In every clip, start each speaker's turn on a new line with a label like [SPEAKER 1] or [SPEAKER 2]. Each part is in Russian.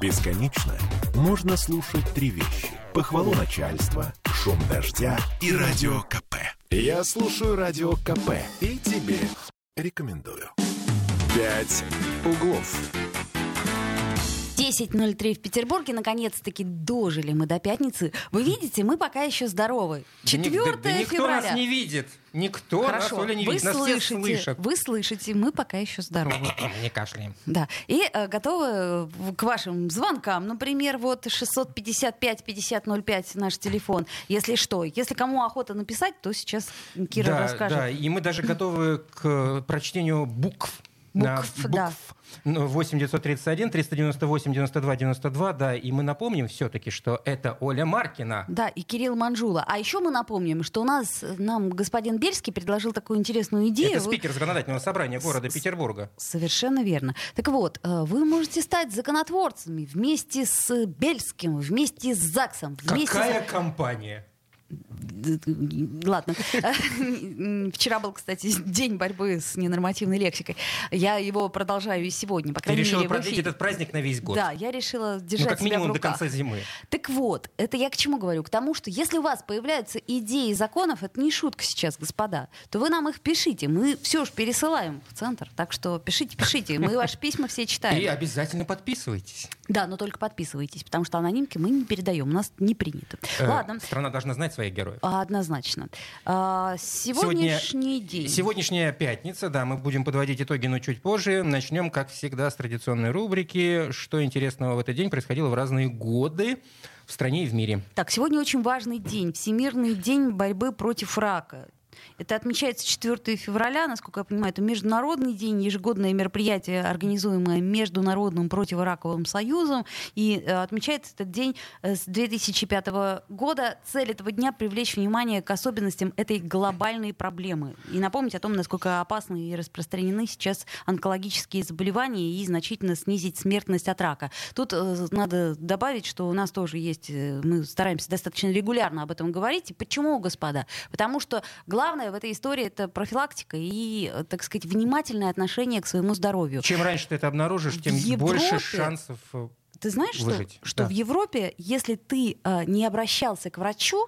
[SPEAKER 1] Бесконечно можно слушать три вещи. Похвалу начальства, шум дождя и радио КП. Я слушаю радио КП и тебе рекомендую. «Пять углов».
[SPEAKER 2] 10.03 в Петербурге. Наконец-таки дожили мы до пятницы. Вы видите, мы пока еще здоровы. 4
[SPEAKER 3] Да ник- да никто
[SPEAKER 2] февраля.
[SPEAKER 3] нас не видит. Никто
[SPEAKER 2] Хорошо,
[SPEAKER 3] нас, Оля, не
[SPEAKER 2] вы
[SPEAKER 3] видит. Нас все
[SPEAKER 2] слышите,
[SPEAKER 3] слышат.
[SPEAKER 2] вы слышите, мы пока еще здоровы.
[SPEAKER 3] Не кашляем.
[SPEAKER 2] Да. И э, готовы в- к вашим звонкам. Например, вот 655-5005 наш телефон. Если что, если кому охота написать, то сейчас Кира
[SPEAKER 3] да,
[SPEAKER 2] расскажет.
[SPEAKER 3] да, и мы даже готовы к э, прочтению букв. На
[SPEAKER 2] Букв, да.
[SPEAKER 3] Ну, 8 931 398 92 92, да, и мы напомним все-таки, что это Оля Маркина.
[SPEAKER 2] Да, и Кирилл Манжула. А еще мы напомним, что у нас э, нам господин Бельский предложил такую интересную идею.
[SPEAKER 3] Это
[SPEAKER 2] Вы-
[SPEAKER 3] спикер законодательного собрания города Петербурга.
[SPEAKER 2] Совершенно верно. Так вот, э, вы можете стать законотворцами вместе с Бельским, вместе с ЗАГСом, вместе с...
[SPEAKER 3] Какая компания?
[SPEAKER 2] Ладно. Вчера был, кстати, день борьбы с ненормативной лексикой. Я его продолжаю и сегодня, по
[SPEAKER 3] Ты
[SPEAKER 2] крайней
[SPEAKER 3] решила
[SPEAKER 2] мере, в
[SPEAKER 3] продлить
[SPEAKER 2] эфире.
[SPEAKER 3] этот праздник на весь год.
[SPEAKER 2] Да, я решила
[SPEAKER 3] ну,
[SPEAKER 2] держать
[SPEAKER 3] как
[SPEAKER 2] себя в
[SPEAKER 3] минимум до
[SPEAKER 2] руках.
[SPEAKER 3] конца зимы.
[SPEAKER 2] Так вот, это я к чему говорю? К тому, что если у вас появляются идеи законов, это не шутка сейчас, господа, то вы нам их пишите. Мы все же пересылаем в центр. Так что пишите, пишите. Мы ваши письма все читаем.
[SPEAKER 3] И обязательно подписывайтесь.
[SPEAKER 2] Да, но только подписывайтесь, потому что анонимки мы не передаем, у нас не принято.
[SPEAKER 3] Э,
[SPEAKER 2] Ладно,
[SPEAKER 3] Страна должна знать своих героев.
[SPEAKER 2] а, однозначно. А,
[SPEAKER 3] Сегодня-
[SPEAKER 2] Сегодняшний день.
[SPEAKER 3] Сегодняшняя пятница, да, мы будем подводить итоги, но чуть позже. Начнем, как всегда, с традиционной рубрики «Что интересного в этот день происходило в разные годы в стране и в мире».
[SPEAKER 2] Так, сегодня очень важный день, Всемирный день борьбы против рака. Это отмечается 4 февраля, насколько я понимаю, это международный день, ежегодное мероприятие, организуемое Международным противораковым союзом, и э, отмечается этот день э, с 2005 года. Цель этого дня — привлечь внимание к особенностям этой глобальной проблемы и напомнить о том, насколько опасны и распространены сейчас онкологические заболевания и значительно снизить смертность от рака. Тут э, надо добавить, что у нас тоже есть, э, мы стараемся достаточно регулярно об этом говорить. И почему, господа? Потому что главное в этой истории это профилактика и, э, так сказать, внимательное отношение к своему здоровью.
[SPEAKER 3] Чем раньше ты это обнаружишь, тем
[SPEAKER 2] В Европе-
[SPEAKER 3] больше шансов. э,
[SPEAKER 2] Ты знаешь, что,
[SPEAKER 3] Выжить,
[SPEAKER 2] что
[SPEAKER 3] да.
[SPEAKER 2] в Европе, если ты э, не обращался к врачу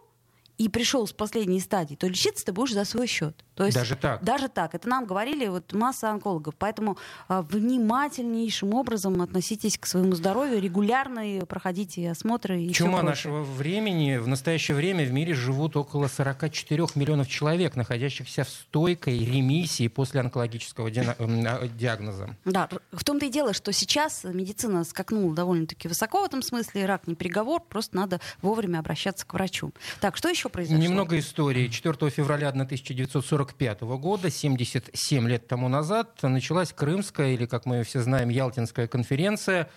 [SPEAKER 2] и пришел с последней стадии, то лечиться ты будешь за свой счет. То есть
[SPEAKER 3] Даже так.
[SPEAKER 2] Даже так. Это нам говорили вот масса онкологов. Поэтому а, внимательнейшим образом относитесь к своему здоровью, регулярно и проходите осмотры и всё
[SPEAKER 3] Чума
[SPEAKER 2] прочее.
[SPEAKER 3] нашего времени. В настоящее время в мире живут около 44 миллионов человек, находящихся в стойкой ремиссии после онкологического диана- м, а, диагноза.
[SPEAKER 2] Да, р- в том-то и дело, что сейчас медицина скакнула довольно-таки высоко в этом смысле. Рак не приговор, просто надо вовремя обращаться к врачу. Так, что еще произошло?
[SPEAKER 3] Немного истории. 4 февраля 1945 года, 77 лет тому назад, началась Крымская, или, как мы все знаем, Ялтинская конференция.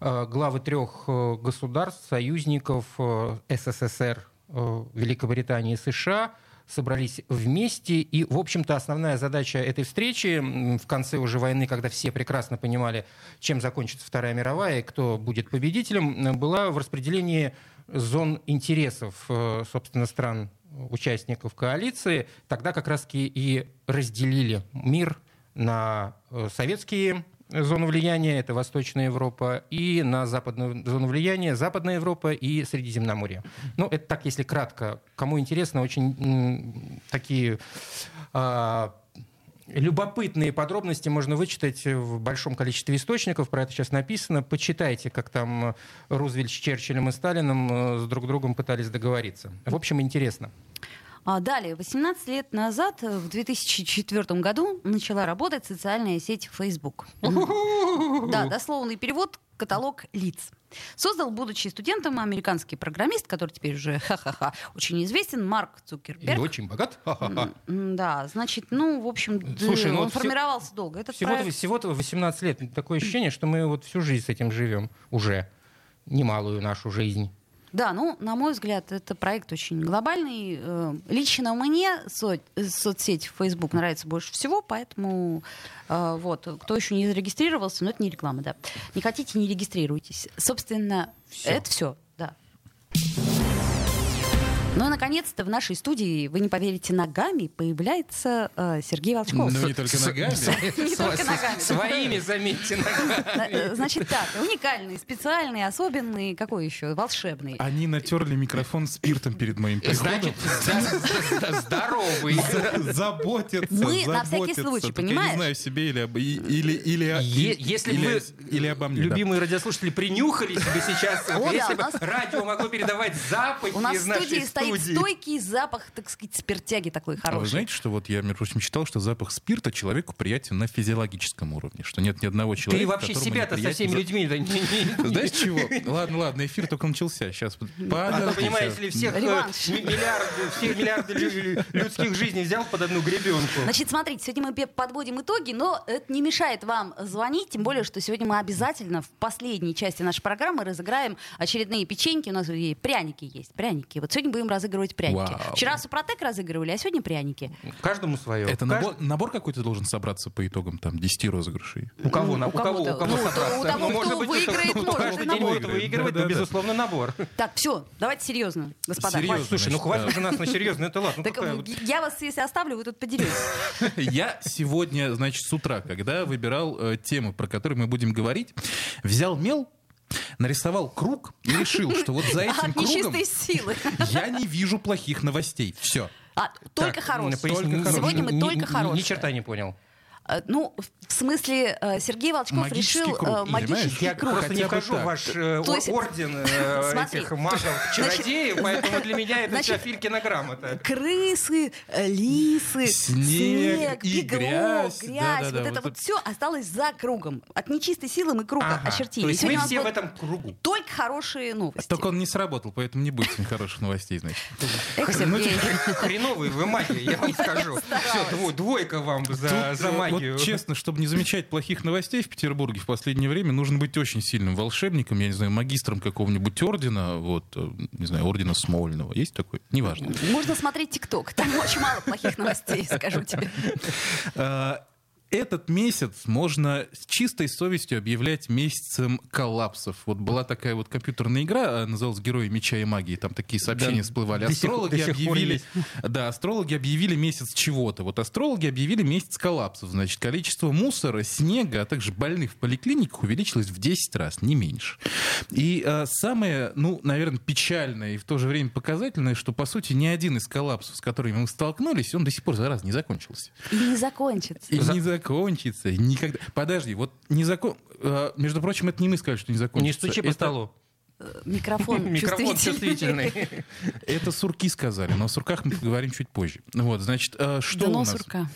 [SPEAKER 3] Э, Главы трех э, государств, союзников э, СССР, э, Великобритании и США собрались вместе. И, в общем-то, основная задача этой встречи м, в конце уже войны, когда все прекрасно понимали, чем закончится Вторая мировая и кто будет победителем, м, была в распределении зон интересов, э, собственно, стран участников коалиции, тогда как раз и разделили мир на э, советские зоны влияния, это Восточная Европа, и на западную зону влияния Западная Европа и Средиземноморье. Ну, это так, если кратко. Кому интересно, очень м, такие а, любопытные подробности можно вычитать в большом количестве источников. Про это сейчас написано. Почитайте, как там э, Рузвельт с Черчиллем и Сталином э, с друг другом пытались договориться. В общем, интересно.
[SPEAKER 2] А далее, 18 лет назад, э, в 2004 году, начала работать социальная сеть Facebook. Да, дословный перевод — каталог лиц. Создал, будучи студентом, американский программист, который теперь уже, ха-ха-ха, очень известен, Марк
[SPEAKER 3] Ну И
[SPEAKER 2] Цукерберг.
[SPEAKER 3] очень богат. Ха-ха-ха.
[SPEAKER 2] М, Да, значит, ну, в общем, д-
[SPEAKER 3] Слушай, ну
[SPEAKER 2] он
[SPEAKER 3] вот все-
[SPEAKER 2] формировался долго. Этот
[SPEAKER 3] Всего-то
[SPEAKER 2] проект-
[SPEAKER 3] всего-то 18 лет. Такое ощущение, что мы вот всю жизнь с этим живем уже. Немалую нашу жизнь.
[SPEAKER 2] Да, ну, на мой взгляд, это проект очень глобальный. Э, Лично мне со- э, соцсеть Facebook нравится больше всего, поэтому э, вот, кто еще не зарегистрировался, но это не реклама, да. Не хотите, не регистрируйтесь. Собственно,
[SPEAKER 3] Всё.
[SPEAKER 2] это все, да. Ну и, наконец-то, в нашей студии, вы не поверите, ногами появляется э, Сергей Волчков.
[SPEAKER 4] Ну, не только ногами.
[SPEAKER 2] Не только ногами.
[SPEAKER 3] Своими, заметьте, ногами.
[SPEAKER 2] Э, Значит так, уникальный, специальный, особенный, какой еще? Волшебный.
[SPEAKER 4] Они натерли микрофон спиртом перед моим приходом.
[SPEAKER 3] Значит, зда- здоровый.
[SPEAKER 4] Заботятся,
[SPEAKER 2] Мы на всякий
[SPEAKER 4] заботятся.
[SPEAKER 2] случай,
[SPEAKER 4] Так Я
[SPEAKER 2] понимаешь?
[SPEAKER 4] не знаю, себе или об... и- Или, или,
[SPEAKER 3] Е-
[SPEAKER 4] и-
[SPEAKER 3] если
[SPEAKER 4] или,
[SPEAKER 3] бы
[SPEAKER 4] или обо мне. да.
[SPEAKER 3] Любимые радиослушатели принюхались бы сейчас,
[SPEAKER 2] О,
[SPEAKER 3] вот
[SPEAKER 2] да,
[SPEAKER 3] если
[SPEAKER 2] у
[SPEAKER 3] бы
[SPEAKER 2] нас-
[SPEAKER 3] радио могло передавать запахи
[SPEAKER 2] У нас в
[SPEAKER 3] из нашей
[SPEAKER 2] студии стоит стойкий запах, так сказать, спиртяги такой
[SPEAKER 4] А вы
[SPEAKER 2] хороший.
[SPEAKER 4] знаете, что вот я, между прочим, читал, что запах спирта человеку приятен на физиологическом уровне, что нет ни одного человека,
[SPEAKER 3] Ты вообще
[SPEAKER 4] которому
[SPEAKER 3] себя-то
[SPEAKER 4] не
[SPEAKER 3] со
[SPEAKER 4] приятен
[SPEAKER 3] всеми
[SPEAKER 4] за-
[SPEAKER 3] людьми... не- не- не-
[SPEAKER 4] Знаешь чего? Ладно, ладно, эфир только начался. Сейчас
[SPEAKER 3] А то, понимаешь ли, всех э,
[SPEAKER 2] Реванш.
[SPEAKER 3] ми- миллиарды, все миллиарды лю- лю- людских жизней взял под одну гребенку.
[SPEAKER 2] Значит, смотрите, сегодня мы пе- подводим итоги, но это не мешает вам звонить, тем более, что сегодня мы обязательно в последней части нашей программы разыграем очередные печеньки. У нас и пряники есть, пряники. Вот сегодня будем разыгрывать пряники.
[SPEAKER 4] Вау.
[SPEAKER 2] Вчера Супротек разыгрывали, а сегодня пряники.
[SPEAKER 3] Каждому свое.
[SPEAKER 4] Это
[SPEAKER 3] Кажд-
[SPEAKER 4] набор, набор какой-то должен собраться по итогам там 10 розыгрышей.
[SPEAKER 3] У кого? на-
[SPEAKER 2] у
[SPEAKER 3] У кого?
[SPEAKER 2] кого-то.
[SPEAKER 3] У кого
[SPEAKER 2] Ну, то-
[SPEAKER 3] собраться?
[SPEAKER 2] у того,
[SPEAKER 3] Ну,
[SPEAKER 2] кто
[SPEAKER 3] может быть,
[SPEAKER 2] выиграет,
[SPEAKER 3] кто- кто
[SPEAKER 2] может,
[SPEAKER 3] Каждый
[SPEAKER 2] на
[SPEAKER 3] день
[SPEAKER 2] набор.
[SPEAKER 3] будет выигрывать,
[SPEAKER 4] Да, да,
[SPEAKER 3] но,
[SPEAKER 4] да.
[SPEAKER 3] безусловно, набор.
[SPEAKER 2] Так, все, давайте серьезно, господа.
[SPEAKER 4] Серьезно.
[SPEAKER 2] хватит.
[SPEAKER 3] Слушай, ну
[SPEAKER 4] значит,
[SPEAKER 3] хватит
[SPEAKER 4] да.
[SPEAKER 3] уже нас на серьезно, это ладно.
[SPEAKER 2] Так,
[SPEAKER 3] Ну, какая
[SPEAKER 2] э,
[SPEAKER 3] вот-
[SPEAKER 2] я вас, если оставлю, вы тут поделитесь.
[SPEAKER 4] Я сегодня, значит, с утра, когда выбирал э, темы, про которые мы будем говорить, взял мел, нарисовал круг и решил, что вот за этим
[SPEAKER 2] От
[SPEAKER 4] кругом
[SPEAKER 2] нечистой силы.
[SPEAKER 4] я не вижу плохих новостей. Все.
[SPEAKER 2] А, только
[SPEAKER 3] Так,
[SPEAKER 2] хорошие.
[SPEAKER 3] поясни,
[SPEAKER 4] Только
[SPEAKER 3] ни-
[SPEAKER 4] хорошие.
[SPEAKER 2] Сегодня мы
[SPEAKER 3] ни-
[SPEAKER 2] только
[SPEAKER 3] ни- Ни
[SPEAKER 2] хорошие.
[SPEAKER 3] черта не понял.
[SPEAKER 2] Э, Ну, в смысле, э, Сергей Волчков
[SPEAKER 4] Магический
[SPEAKER 2] решил э,
[SPEAKER 4] круг, Игорь,
[SPEAKER 2] магический
[SPEAKER 3] Я
[SPEAKER 2] круг.
[SPEAKER 3] просто не
[SPEAKER 4] хотя бы
[SPEAKER 3] вхожу в
[SPEAKER 4] так.
[SPEAKER 3] ваш э,
[SPEAKER 2] То есть-
[SPEAKER 3] о- орден э,
[SPEAKER 2] Смотри.
[SPEAKER 3] этих магов-чародеев, поэтому для меня это
[SPEAKER 2] значит-
[SPEAKER 3] вся филькина грамота.
[SPEAKER 2] Крысы, э, лисы,
[SPEAKER 4] Снег
[SPEAKER 2] снег,
[SPEAKER 4] и
[SPEAKER 2] бегло,
[SPEAKER 4] грязь.
[SPEAKER 2] грязь.
[SPEAKER 4] Да-да-да,
[SPEAKER 2] вот это
[SPEAKER 4] вот
[SPEAKER 2] вот,
[SPEAKER 4] это-
[SPEAKER 2] все осталось за кругом. От нечистой силы мы круг
[SPEAKER 3] Ага.
[SPEAKER 2] очертили.
[SPEAKER 3] То
[SPEAKER 2] И
[SPEAKER 3] есть
[SPEAKER 2] сегодня у
[SPEAKER 3] мы
[SPEAKER 2] нас
[SPEAKER 3] все в
[SPEAKER 2] будут
[SPEAKER 3] этом кругу.
[SPEAKER 2] Только хорошие новости.
[SPEAKER 4] Только он не сработал, поэтому не будет сегодня хороших новостей, значит.
[SPEAKER 2] Эх, Сергей.
[SPEAKER 3] Ну, типа, Хреновые вы маги, я вам скажу.
[SPEAKER 2] старалась.
[SPEAKER 3] Все, двойка вам за,
[SPEAKER 4] Тут,
[SPEAKER 3] за
[SPEAKER 4] э,
[SPEAKER 3] магию.
[SPEAKER 4] Вот честно, чтобы не замечать плохих новостей в Петербурге в последнее время, нужно быть очень сильным волшебником, я не знаю, магистром какого-нибудь ордена, вот, э, не знаю, ордена Смольного. Есть такой? Неважно.
[SPEAKER 2] Можно смотреть ТикТок. Там очень мало плохих новостей, скажу тебе.
[SPEAKER 4] Э, Этот месяц можно с чистой совестью объявлять месяцем коллапсов. Вот была такая вот компьютерная игра, э, называлась «Герои меча и магии». Там такие сообщения
[SPEAKER 3] Да,
[SPEAKER 4] всплывали.
[SPEAKER 3] до сих-
[SPEAKER 4] Астрологи
[SPEAKER 3] до сих пор
[SPEAKER 4] объявили...
[SPEAKER 3] есть.
[SPEAKER 4] Да, астрологи объявили месяц чего-то. Вот астрологи объявили месяц коллапсов. Значит, количество мусора, снега, а также больных в поликлиниках увеличилось в 10 раз, не меньше. И э, самое, ну, наверное, печальное и в то же время показательное, что, по сути, ни один из коллапсов, с которыми мы столкнулись, он до сих пор, зараза, не закончился.
[SPEAKER 2] И не закончится.
[SPEAKER 4] И
[SPEAKER 3] За-
[SPEAKER 4] не закончится. Никогда. Подожди, вот не закон. э, между прочим, это не мы сказали, что не
[SPEAKER 3] Не
[SPEAKER 4] закончится.
[SPEAKER 3] стучи по
[SPEAKER 4] Это-
[SPEAKER 3] столу.
[SPEAKER 2] Э, Микрофон
[SPEAKER 3] Микрофон
[SPEAKER 2] чувствительный.
[SPEAKER 3] чувствительный.
[SPEAKER 4] Это сурки сказали, но о сурках мы поговорим чуть позже. Вот, значит, э, что у
[SPEAKER 2] Дно
[SPEAKER 4] нас?
[SPEAKER 2] сурка.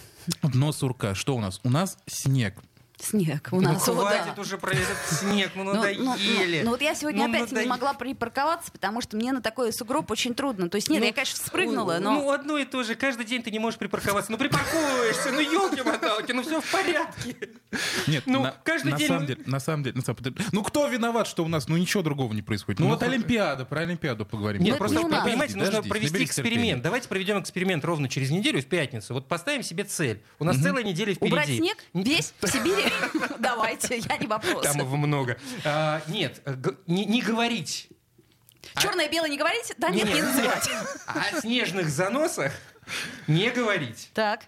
[SPEAKER 4] Дно сурка. Что у нас? У нас снег.
[SPEAKER 2] Снег у
[SPEAKER 3] Ну
[SPEAKER 2] нас. о,
[SPEAKER 3] хватит
[SPEAKER 2] да.
[SPEAKER 3] уже про этот снег, ну
[SPEAKER 2] Ну, ну,
[SPEAKER 3] надоели.
[SPEAKER 2] ну, ну вот я сегодня
[SPEAKER 3] Ну,
[SPEAKER 2] опять
[SPEAKER 3] надоели.
[SPEAKER 2] не могла припарковаться, потому что мне на такой сугроб очень трудно. То есть нет,
[SPEAKER 3] Ну,
[SPEAKER 2] я, конечно, вспрыгнула, но...
[SPEAKER 3] Ну, одно и то же. Каждый день ты не можешь припарковаться. Ну, припарковываешься, ну, елки-моталки, ну, все в порядке.
[SPEAKER 4] Нет,
[SPEAKER 3] Ну,
[SPEAKER 4] на,
[SPEAKER 3] каждый
[SPEAKER 4] на
[SPEAKER 3] день-
[SPEAKER 4] самом деле, на самом деле, на самом деле. Ну кто виноват, что у нас? Ну ничего другого не происходит. Ну,
[SPEAKER 3] Ну,
[SPEAKER 4] вот
[SPEAKER 3] хоть-
[SPEAKER 4] Олимпиада, про Олимпиаду поговорим.
[SPEAKER 3] Нет,
[SPEAKER 2] Ну,
[SPEAKER 3] просто,
[SPEAKER 2] ну, да.
[SPEAKER 3] понимаете, нужно
[SPEAKER 4] Подожди,
[SPEAKER 3] провести
[SPEAKER 4] наберись
[SPEAKER 3] эксперимент.
[SPEAKER 4] терпения.
[SPEAKER 3] Давайте проведем эксперимент ровно через неделю, в пятницу. Вот поставим себе цель. У нас целая неделя впереди.
[SPEAKER 2] Убрать снег весь в Сибири? Давайте, я не вопрос.
[SPEAKER 3] Там его много. А, нет, э, г- не, не говорить.
[SPEAKER 2] Черное, белое не говорите? Да нет,
[SPEAKER 3] а Нет,
[SPEAKER 2] не называть.
[SPEAKER 3] А О снежных заносах не говорить.
[SPEAKER 2] Так.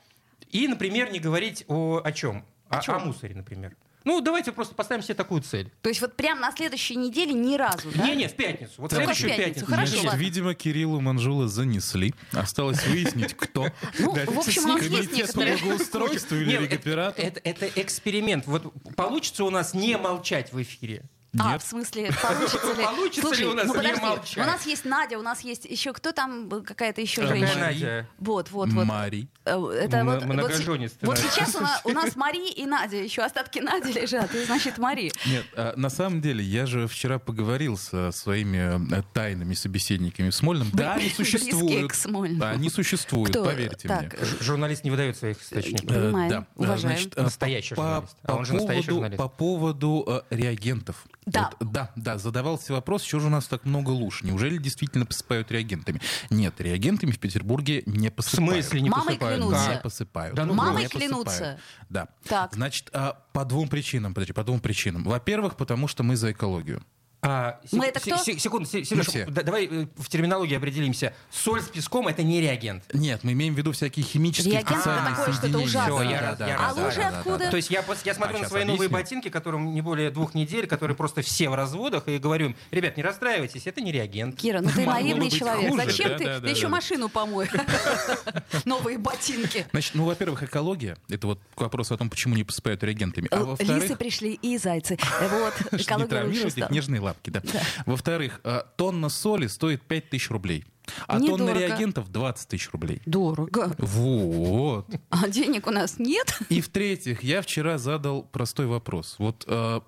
[SPEAKER 3] И, например, не говорить о, о чем? О,
[SPEAKER 2] чём?
[SPEAKER 3] о мусоре, например. Ну, давайте просто поставим себе такую цель.
[SPEAKER 2] То есть вот прям на следующей неделе ни разу, да?
[SPEAKER 3] Не-не, в пятницу. Вот в
[SPEAKER 2] Ну, как в
[SPEAKER 3] следующую
[SPEAKER 2] пятницу?
[SPEAKER 3] пятницу.
[SPEAKER 2] Хорошо,
[SPEAKER 4] Значит,
[SPEAKER 2] ладно.
[SPEAKER 4] видимо, Кириллу Манжула занесли. Осталось выяснить, кто.
[SPEAKER 2] Ну,
[SPEAKER 4] Да.
[SPEAKER 2] в общем, у нас есть
[SPEAKER 4] Комитет по
[SPEAKER 2] некоторые... э,
[SPEAKER 4] благоустройству или
[SPEAKER 3] Нет, это-
[SPEAKER 4] регоператору?
[SPEAKER 3] Это, это эксперимент. Вот получится у нас не молчать в эфире.
[SPEAKER 2] А,
[SPEAKER 4] Нет.
[SPEAKER 2] в смысле, получится ли?
[SPEAKER 3] Получится ли
[SPEAKER 2] Слушай,
[SPEAKER 3] у нас
[SPEAKER 2] ну
[SPEAKER 3] не
[SPEAKER 2] подожди,
[SPEAKER 3] молчать?
[SPEAKER 2] у нас есть Надя, у нас есть еще кто там, э, какая-то еще
[SPEAKER 4] Какая
[SPEAKER 2] женщина?
[SPEAKER 3] Надя?
[SPEAKER 2] Вот, вот, вот.
[SPEAKER 4] Марий.
[SPEAKER 2] Э, Это
[SPEAKER 3] Мно-
[SPEAKER 2] вот, вот,
[SPEAKER 3] многоженец ты,
[SPEAKER 2] вот
[SPEAKER 3] Надя.
[SPEAKER 2] сейчас у нас, у нас Мари и Надя, еще остатки Нади лежат, и значит Мари.
[SPEAKER 4] Нет, а, на самом деле, я же вчера поговорил со своими э, тайными собеседниками в Смольном. Да, они
[SPEAKER 2] близкие
[SPEAKER 4] существуют.
[SPEAKER 2] к Смольному.
[SPEAKER 4] Да, они существуют,
[SPEAKER 2] Кто?
[SPEAKER 4] поверьте
[SPEAKER 2] Так,
[SPEAKER 4] мне.
[SPEAKER 3] Ж- Журналист не выдает своих источников.
[SPEAKER 4] Э,
[SPEAKER 2] Понимаем,
[SPEAKER 4] да. Э,
[SPEAKER 2] уважаем.
[SPEAKER 4] значит, э,
[SPEAKER 3] Настоящий
[SPEAKER 4] по-
[SPEAKER 3] журналист.
[SPEAKER 4] По,
[SPEAKER 3] А он же настоящий
[SPEAKER 4] поводу,
[SPEAKER 3] журналист.
[SPEAKER 4] по поводу э, реагентов.
[SPEAKER 2] Да.
[SPEAKER 4] Вот, да, да, задавался вопрос, чего же у нас так много луж? Неужели действительно посыпают реагентами? Нет, реагентами в Петербурге не
[SPEAKER 3] В
[SPEAKER 4] посыпают.
[SPEAKER 3] смысле не
[SPEAKER 2] Мамой
[SPEAKER 3] посыпают?
[SPEAKER 2] клянутся.
[SPEAKER 4] Не посыпают.
[SPEAKER 3] Да ну,
[SPEAKER 2] Мамой
[SPEAKER 4] Не
[SPEAKER 2] клянутся.
[SPEAKER 4] посыпают. Да.
[SPEAKER 2] Так.
[SPEAKER 4] Значит, а, по двум причинам, подожди, по двум причинам. Во-первых, потому что мы за экологию.
[SPEAKER 3] А,
[SPEAKER 2] Мы это кто?
[SPEAKER 3] Секунду, Се-
[SPEAKER 4] Мы
[SPEAKER 3] Сереж,
[SPEAKER 4] все.
[SPEAKER 3] да- давай э, в терминологии определимся. Соль с песком — это не реагент.
[SPEAKER 4] Нет, мы имеем в виду всякие химические
[SPEAKER 2] Реагент это
[SPEAKER 4] специальные
[SPEAKER 2] такое, что это
[SPEAKER 4] соединения.
[SPEAKER 2] ужасно.
[SPEAKER 4] Да,
[SPEAKER 3] Всё, я
[SPEAKER 4] да,
[SPEAKER 3] раз-
[SPEAKER 4] да,
[SPEAKER 3] я
[SPEAKER 4] да,
[SPEAKER 3] раз-
[SPEAKER 4] да,
[SPEAKER 2] А лужи
[SPEAKER 4] да, да,
[SPEAKER 2] откуда?
[SPEAKER 4] да.
[SPEAKER 2] Да.
[SPEAKER 3] То есть я, пос- я смотрю
[SPEAKER 4] А,
[SPEAKER 3] на
[SPEAKER 4] щас
[SPEAKER 3] свои новые
[SPEAKER 4] объясню.
[SPEAKER 3] ботинки, которым не более двух недель, которые просто все в разводах, и говорю им, ребят, не расстраивайтесь, это не реагент.
[SPEAKER 2] Кира, ну ты
[SPEAKER 4] Могло бы
[SPEAKER 2] наивный
[SPEAKER 4] быть
[SPEAKER 2] человек.
[SPEAKER 4] хуже,
[SPEAKER 2] Зачем
[SPEAKER 4] да,
[SPEAKER 2] ты?
[SPEAKER 4] да,
[SPEAKER 2] ты
[SPEAKER 4] да,
[SPEAKER 2] еще
[SPEAKER 4] да.
[SPEAKER 2] машину помой. Новые ботинки.
[SPEAKER 4] Значит, ну, во-первых, экология. Это вот к вопросу о том, почему не посыпают реагентами. А
[SPEAKER 2] Л-
[SPEAKER 4] во-вторых,
[SPEAKER 2] Э, Лисы пришли и зайцы. Э, Вот,
[SPEAKER 4] Чтобы не
[SPEAKER 2] экология лучше
[SPEAKER 4] травмировать
[SPEAKER 2] стала.
[SPEAKER 4] их нежные лапки, да. Во-вторых, э, тонна соли стоит 5000 тысяч рублей, а
[SPEAKER 2] Недорого.
[SPEAKER 4] тонна реагентов 20 тысяч рублей.
[SPEAKER 2] Дорого.
[SPEAKER 4] Вот.
[SPEAKER 2] А денег у нас нет.
[SPEAKER 4] И в-третьих, я вчера задал простой вопрос. Вот э,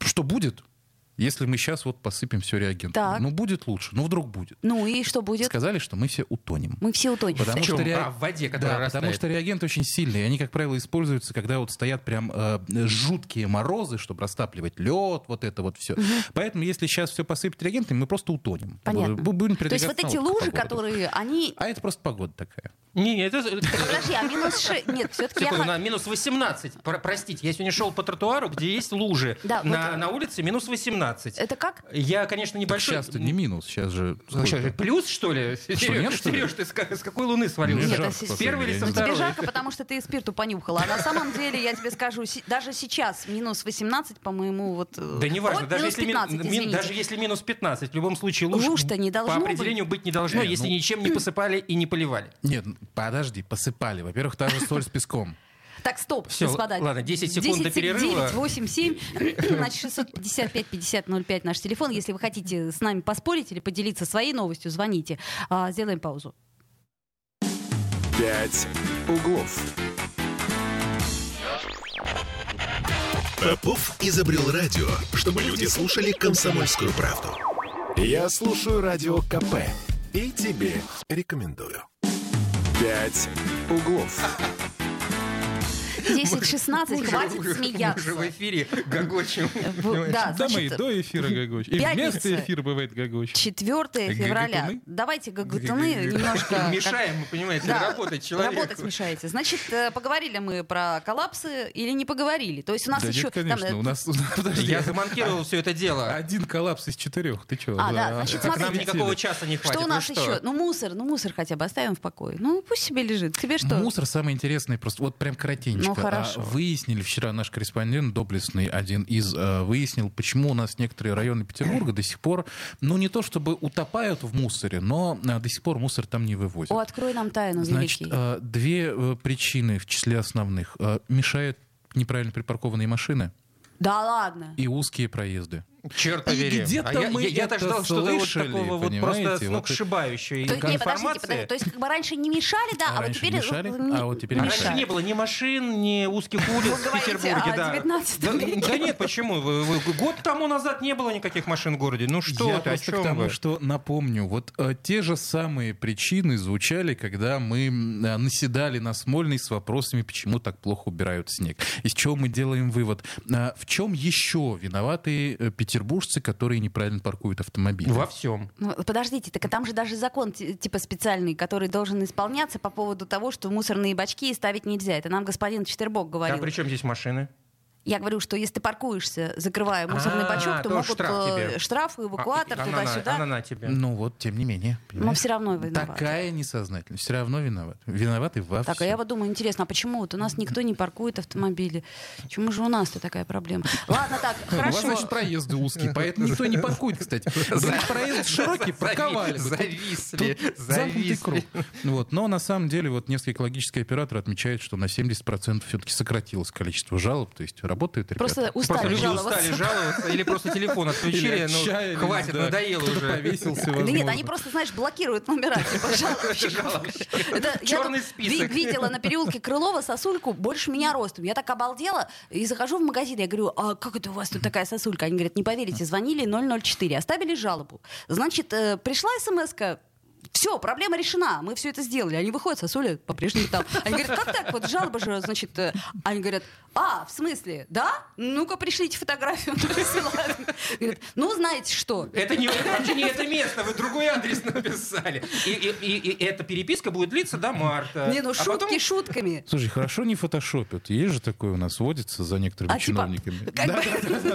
[SPEAKER 4] что будет, если мы сейчас вот посыпем все реагентами?
[SPEAKER 2] Так.
[SPEAKER 4] Ну, будет лучше, ну, вдруг будет.
[SPEAKER 2] Ну и что будет?
[SPEAKER 4] Сказали, что мы все утонем.
[SPEAKER 2] Мы все утонем. Э,
[SPEAKER 4] Потому
[SPEAKER 3] В чём?
[SPEAKER 4] что реаг-
[SPEAKER 3] А, в воде,
[SPEAKER 4] Да,
[SPEAKER 3] которая
[SPEAKER 4] потому
[SPEAKER 3] растает.
[SPEAKER 4] что реагенты очень сильные. Они, как правило, используются, когда вот стоят прям э, жуткие морозы, чтобы растапливать лед, вот это вот все. Поэтому, если сейчас все посыпать реагентами, мы просто утонем.
[SPEAKER 2] Понятно.
[SPEAKER 4] Бу- Будем
[SPEAKER 2] То есть
[SPEAKER 4] передвигаться
[SPEAKER 2] вот
[SPEAKER 4] на
[SPEAKER 2] эти
[SPEAKER 4] лодках по
[SPEAKER 2] лужи,
[SPEAKER 4] городу.
[SPEAKER 2] которые, они...
[SPEAKER 4] А это просто погода такая.
[SPEAKER 3] Не, это...
[SPEAKER 2] Подожди, а минус 6... Нет, все-таки я...
[SPEAKER 3] Секунду, на
[SPEAKER 2] хо-
[SPEAKER 3] минус 18. Про- простите, я сегодня шел по тротуару, где есть лужи.
[SPEAKER 2] Да,
[SPEAKER 3] на,
[SPEAKER 2] вот-
[SPEAKER 3] на улице минус 18.
[SPEAKER 2] Это как?
[SPEAKER 3] Я, конечно, небольшой...
[SPEAKER 4] Сейчас-то не минус, сейчас же...
[SPEAKER 3] Ну, что,
[SPEAKER 4] сколько?
[SPEAKER 3] плюс, что ли?
[SPEAKER 4] нет, что ли?
[SPEAKER 3] Сереж, ты с, ка- с какой луны
[SPEAKER 4] Мне
[SPEAKER 3] свалился?
[SPEAKER 2] Нет,
[SPEAKER 4] жарко,
[SPEAKER 2] с-
[SPEAKER 4] по
[SPEAKER 2] с
[SPEAKER 3] первой
[SPEAKER 4] крайней
[SPEAKER 3] или
[SPEAKER 4] мере,
[SPEAKER 3] со
[SPEAKER 4] я
[SPEAKER 3] второй?
[SPEAKER 4] не
[SPEAKER 2] Тебе
[SPEAKER 3] Здоровье.
[SPEAKER 2] жарко, потому что ты спирту понюхала. А на самом деле, я тебе скажу, се- даже сейчас минус 18, по-моему, вот... э,
[SPEAKER 3] Да не важно,
[SPEAKER 2] вот
[SPEAKER 3] даже,
[SPEAKER 2] минус
[SPEAKER 3] если, ми-
[SPEAKER 2] 15,
[SPEAKER 3] ми-
[SPEAKER 2] извините.
[SPEAKER 3] даже если минус 15, в любом случае луж,
[SPEAKER 2] Луж-то не должно
[SPEAKER 3] по определению быть не должно,
[SPEAKER 4] Не,
[SPEAKER 3] если
[SPEAKER 4] ну-
[SPEAKER 3] ничем не посыпали и не поливали.
[SPEAKER 4] Нет, ну, подожди, посыпали. Во-первых, та же соль с песком.
[SPEAKER 2] Так, стоп,
[SPEAKER 3] Всё,
[SPEAKER 2] господа.
[SPEAKER 3] ладно, 10 секунд до перерыва.
[SPEAKER 2] 9, 8, 7, значит, 655-5005 наш телефон. Если вы хотите с нами поспорить или поделиться своей новостью, звоните. А, сделаем паузу.
[SPEAKER 1] Пять углов. Попов изобрел радио, чтобы люди слушали комсомольскую правду. Я слушаю радио КП и тебе рекомендую. Пять углов.
[SPEAKER 2] 10-16, хватит
[SPEAKER 3] уже,
[SPEAKER 2] смеяться.
[SPEAKER 3] уже в эфире гогочем.
[SPEAKER 2] В- Да, А значит,
[SPEAKER 4] до эфира гогочим.
[SPEAKER 2] И пятница. вместо эфира
[SPEAKER 4] бывает гогочим.
[SPEAKER 2] 4 февраля.
[SPEAKER 4] Гагатуны?
[SPEAKER 2] Давайте гагатуны немножко... как-
[SPEAKER 3] Мешаем, понимаете,
[SPEAKER 2] Да.
[SPEAKER 3] работать человеку.
[SPEAKER 2] Работать мешаете. Значит, э, поговорили мы про коллапсы или не поговорили? То есть у нас э,
[SPEAKER 4] Да
[SPEAKER 2] еще...
[SPEAKER 4] нет, конечно, ну, у нас... у нас- подожди,
[SPEAKER 3] Я
[SPEAKER 4] я за-
[SPEAKER 3] замонтировал все это дело.
[SPEAKER 4] Один коллапс из четырех. Ты чё?
[SPEAKER 2] А, да, значит,
[SPEAKER 3] Так нам
[SPEAKER 2] смотрите.
[SPEAKER 3] никакого часа не хватит.
[SPEAKER 2] Что у
[SPEAKER 3] ну
[SPEAKER 2] нас еще? Ну, мусор, ну, мусор хотя бы оставим в покое. Ну, пусть себе лежит. Тебе что?
[SPEAKER 4] Мусор самый интересный, просто вот прям коротенько.
[SPEAKER 2] Ну, хорошо.
[SPEAKER 4] А, Выяснили вчера наш корреспондент, доблестный один из, а, выяснил, почему у нас некоторые районы Петербурга до сих пор, ну не то чтобы утопают в мусоре, но а, до сих пор мусор там не вывозят.
[SPEAKER 2] О, открой нам тайну,
[SPEAKER 4] Значит,
[SPEAKER 2] великий.
[SPEAKER 4] а, две э, причины в числе основных. А, Мешают неправильно припаркованные машины
[SPEAKER 2] Да ладно.
[SPEAKER 4] и узкие проезды.
[SPEAKER 3] Черт
[SPEAKER 4] И
[SPEAKER 3] побери.
[SPEAKER 4] где-то
[SPEAKER 3] а я,
[SPEAKER 4] мы
[SPEAKER 3] я, я-то
[SPEAKER 4] это
[SPEAKER 3] ждал что-то вот
[SPEAKER 4] слышали,
[SPEAKER 3] такого вот
[SPEAKER 4] понимаете,
[SPEAKER 3] просто
[SPEAKER 4] вот
[SPEAKER 3] сногсшибающей
[SPEAKER 2] То, есть- не, подождите,
[SPEAKER 3] информации.
[SPEAKER 2] подождите. То есть как бы раньше не мешали, да,
[SPEAKER 4] А
[SPEAKER 2] а, вот
[SPEAKER 4] раньше
[SPEAKER 2] теперь...
[SPEAKER 4] мешали,
[SPEAKER 2] э,
[SPEAKER 4] а вот теперь
[SPEAKER 3] А
[SPEAKER 2] не-
[SPEAKER 3] Раньше
[SPEAKER 4] мешают.
[SPEAKER 3] не было ни машин, ни узких улиц в
[SPEAKER 2] говорите
[SPEAKER 3] Петербурге.
[SPEAKER 2] о
[SPEAKER 3] да.
[SPEAKER 2] 19
[SPEAKER 3] да,
[SPEAKER 2] веке.
[SPEAKER 3] да нет, почему? Вы- вы- Год тому назад не было никаких машин в городе. Ну что
[SPEAKER 4] Я
[SPEAKER 3] ты, о
[SPEAKER 4] просто
[SPEAKER 3] чем
[SPEAKER 4] к тому,
[SPEAKER 3] вы?
[SPEAKER 4] что напомню, вот э, те же самые причины звучали, когда мы м, э, наседали на Смольный с вопросами, почему так плохо убирают снег. Из чего мы делаем вывод? А, в чем еще виноваты э, петербуржцы, которые неправильно паркуют автомобили?
[SPEAKER 3] Во всем.
[SPEAKER 2] Ну, подождите, так а там же даже закон ти- типа специальный, который должен исполняться по поводу того, что мусорные бачки ставить нельзя. Это нам господин Четербок
[SPEAKER 3] А
[SPEAKER 2] говорил.
[SPEAKER 3] при чем здесь машины?
[SPEAKER 2] Я говорю, что если ты паркуешься, закрывая мусорный
[SPEAKER 3] А,
[SPEAKER 2] бачок, то
[SPEAKER 3] то
[SPEAKER 2] могут
[SPEAKER 3] штраф
[SPEAKER 2] э,
[SPEAKER 3] тебе.
[SPEAKER 2] штраф, эвакуатор
[SPEAKER 3] А, и-
[SPEAKER 2] туда-сюда.
[SPEAKER 3] Она на тебе.
[SPEAKER 4] Ну вот, тем не менее.
[SPEAKER 2] Но
[SPEAKER 4] понимаешь?
[SPEAKER 2] все равно виноват.
[SPEAKER 4] Такая несознательность. Все равно виноват. Виноваты во
[SPEAKER 2] Так, а
[SPEAKER 4] всем.
[SPEAKER 2] я вот думаю, интересно, а почему вот у нас никто не паркует автомобили? Почему же у нас-то такая проблема? Ладно, так,
[SPEAKER 4] У вас,
[SPEAKER 2] хорошо.
[SPEAKER 4] значит, проезды узкие, поэтому никто не паркует, кстати. Если проезд широкий, парковали бы.
[SPEAKER 3] Зависли.
[SPEAKER 4] Тут замкнутый круг.
[SPEAKER 3] Зависли.
[SPEAKER 4] Ну Вот. Но на самом деле вот несколько экологические операторы отмечают, что на 70% все-таки сократилось количество жалоб. То есть работают ребята.
[SPEAKER 2] Просто
[SPEAKER 3] Просто
[SPEAKER 2] устали
[SPEAKER 3] люди устали
[SPEAKER 2] жаловаться.
[SPEAKER 3] жаловаться или просто телефон отключили,
[SPEAKER 4] отчаялись,
[SPEAKER 3] ну хватит,
[SPEAKER 4] да.
[SPEAKER 3] надоело
[SPEAKER 4] Кто-то
[SPEAKER 3] уже.
[SPEAKER 4] повесился,
[SPEAKER 2] Да нет,
[SPEAKER 4] возможно.
[SPEAKER 2] они просто, знаешь, блокируют номера. типа, жалобщиков. Это я
[SPEAKER 3] Черный
[SPEAKER 2] тут ви-
[SPEAKER 3] список.
[SPEAKER 2] видела на переулке Крылова сосульку больше меня ростом. Я так обалдела и захожу в магазин. Я говорю, а как это у вас тут такая сосулька? Они говорят, не поверите, звонили 004, оставили жалобу. Значит, э, пришла смс все, проблема решена, мы все это сделали. Они выходят, сосули по-прежнему там. Они говорят, как так? Вот жалоба же, значит, э, они говорят, а, в смысле, да? Ну-ка, пришлите фотографию. Присылают. Говорят, ну, знаете что?
[SPEAKER 3] Это не, это не это место, вы другой адрес написали. И, и- и- и эта переписка будет длиться до марта.
[SPEAKER 2] Не, ну
[SPEAKER 3] А
[SPEAKER 2] шутки
[SPEAKER 3] потом-
[SPEAKER 2] шутками.
[SPEAKER 4] Слушай, хорошо не фотошопят. Есть же такое у нас водится за некоторыми
[SPEAKER 2] А типа,
[SPEAKER 4] чиновниками.
[SPEAKER 2] как бы,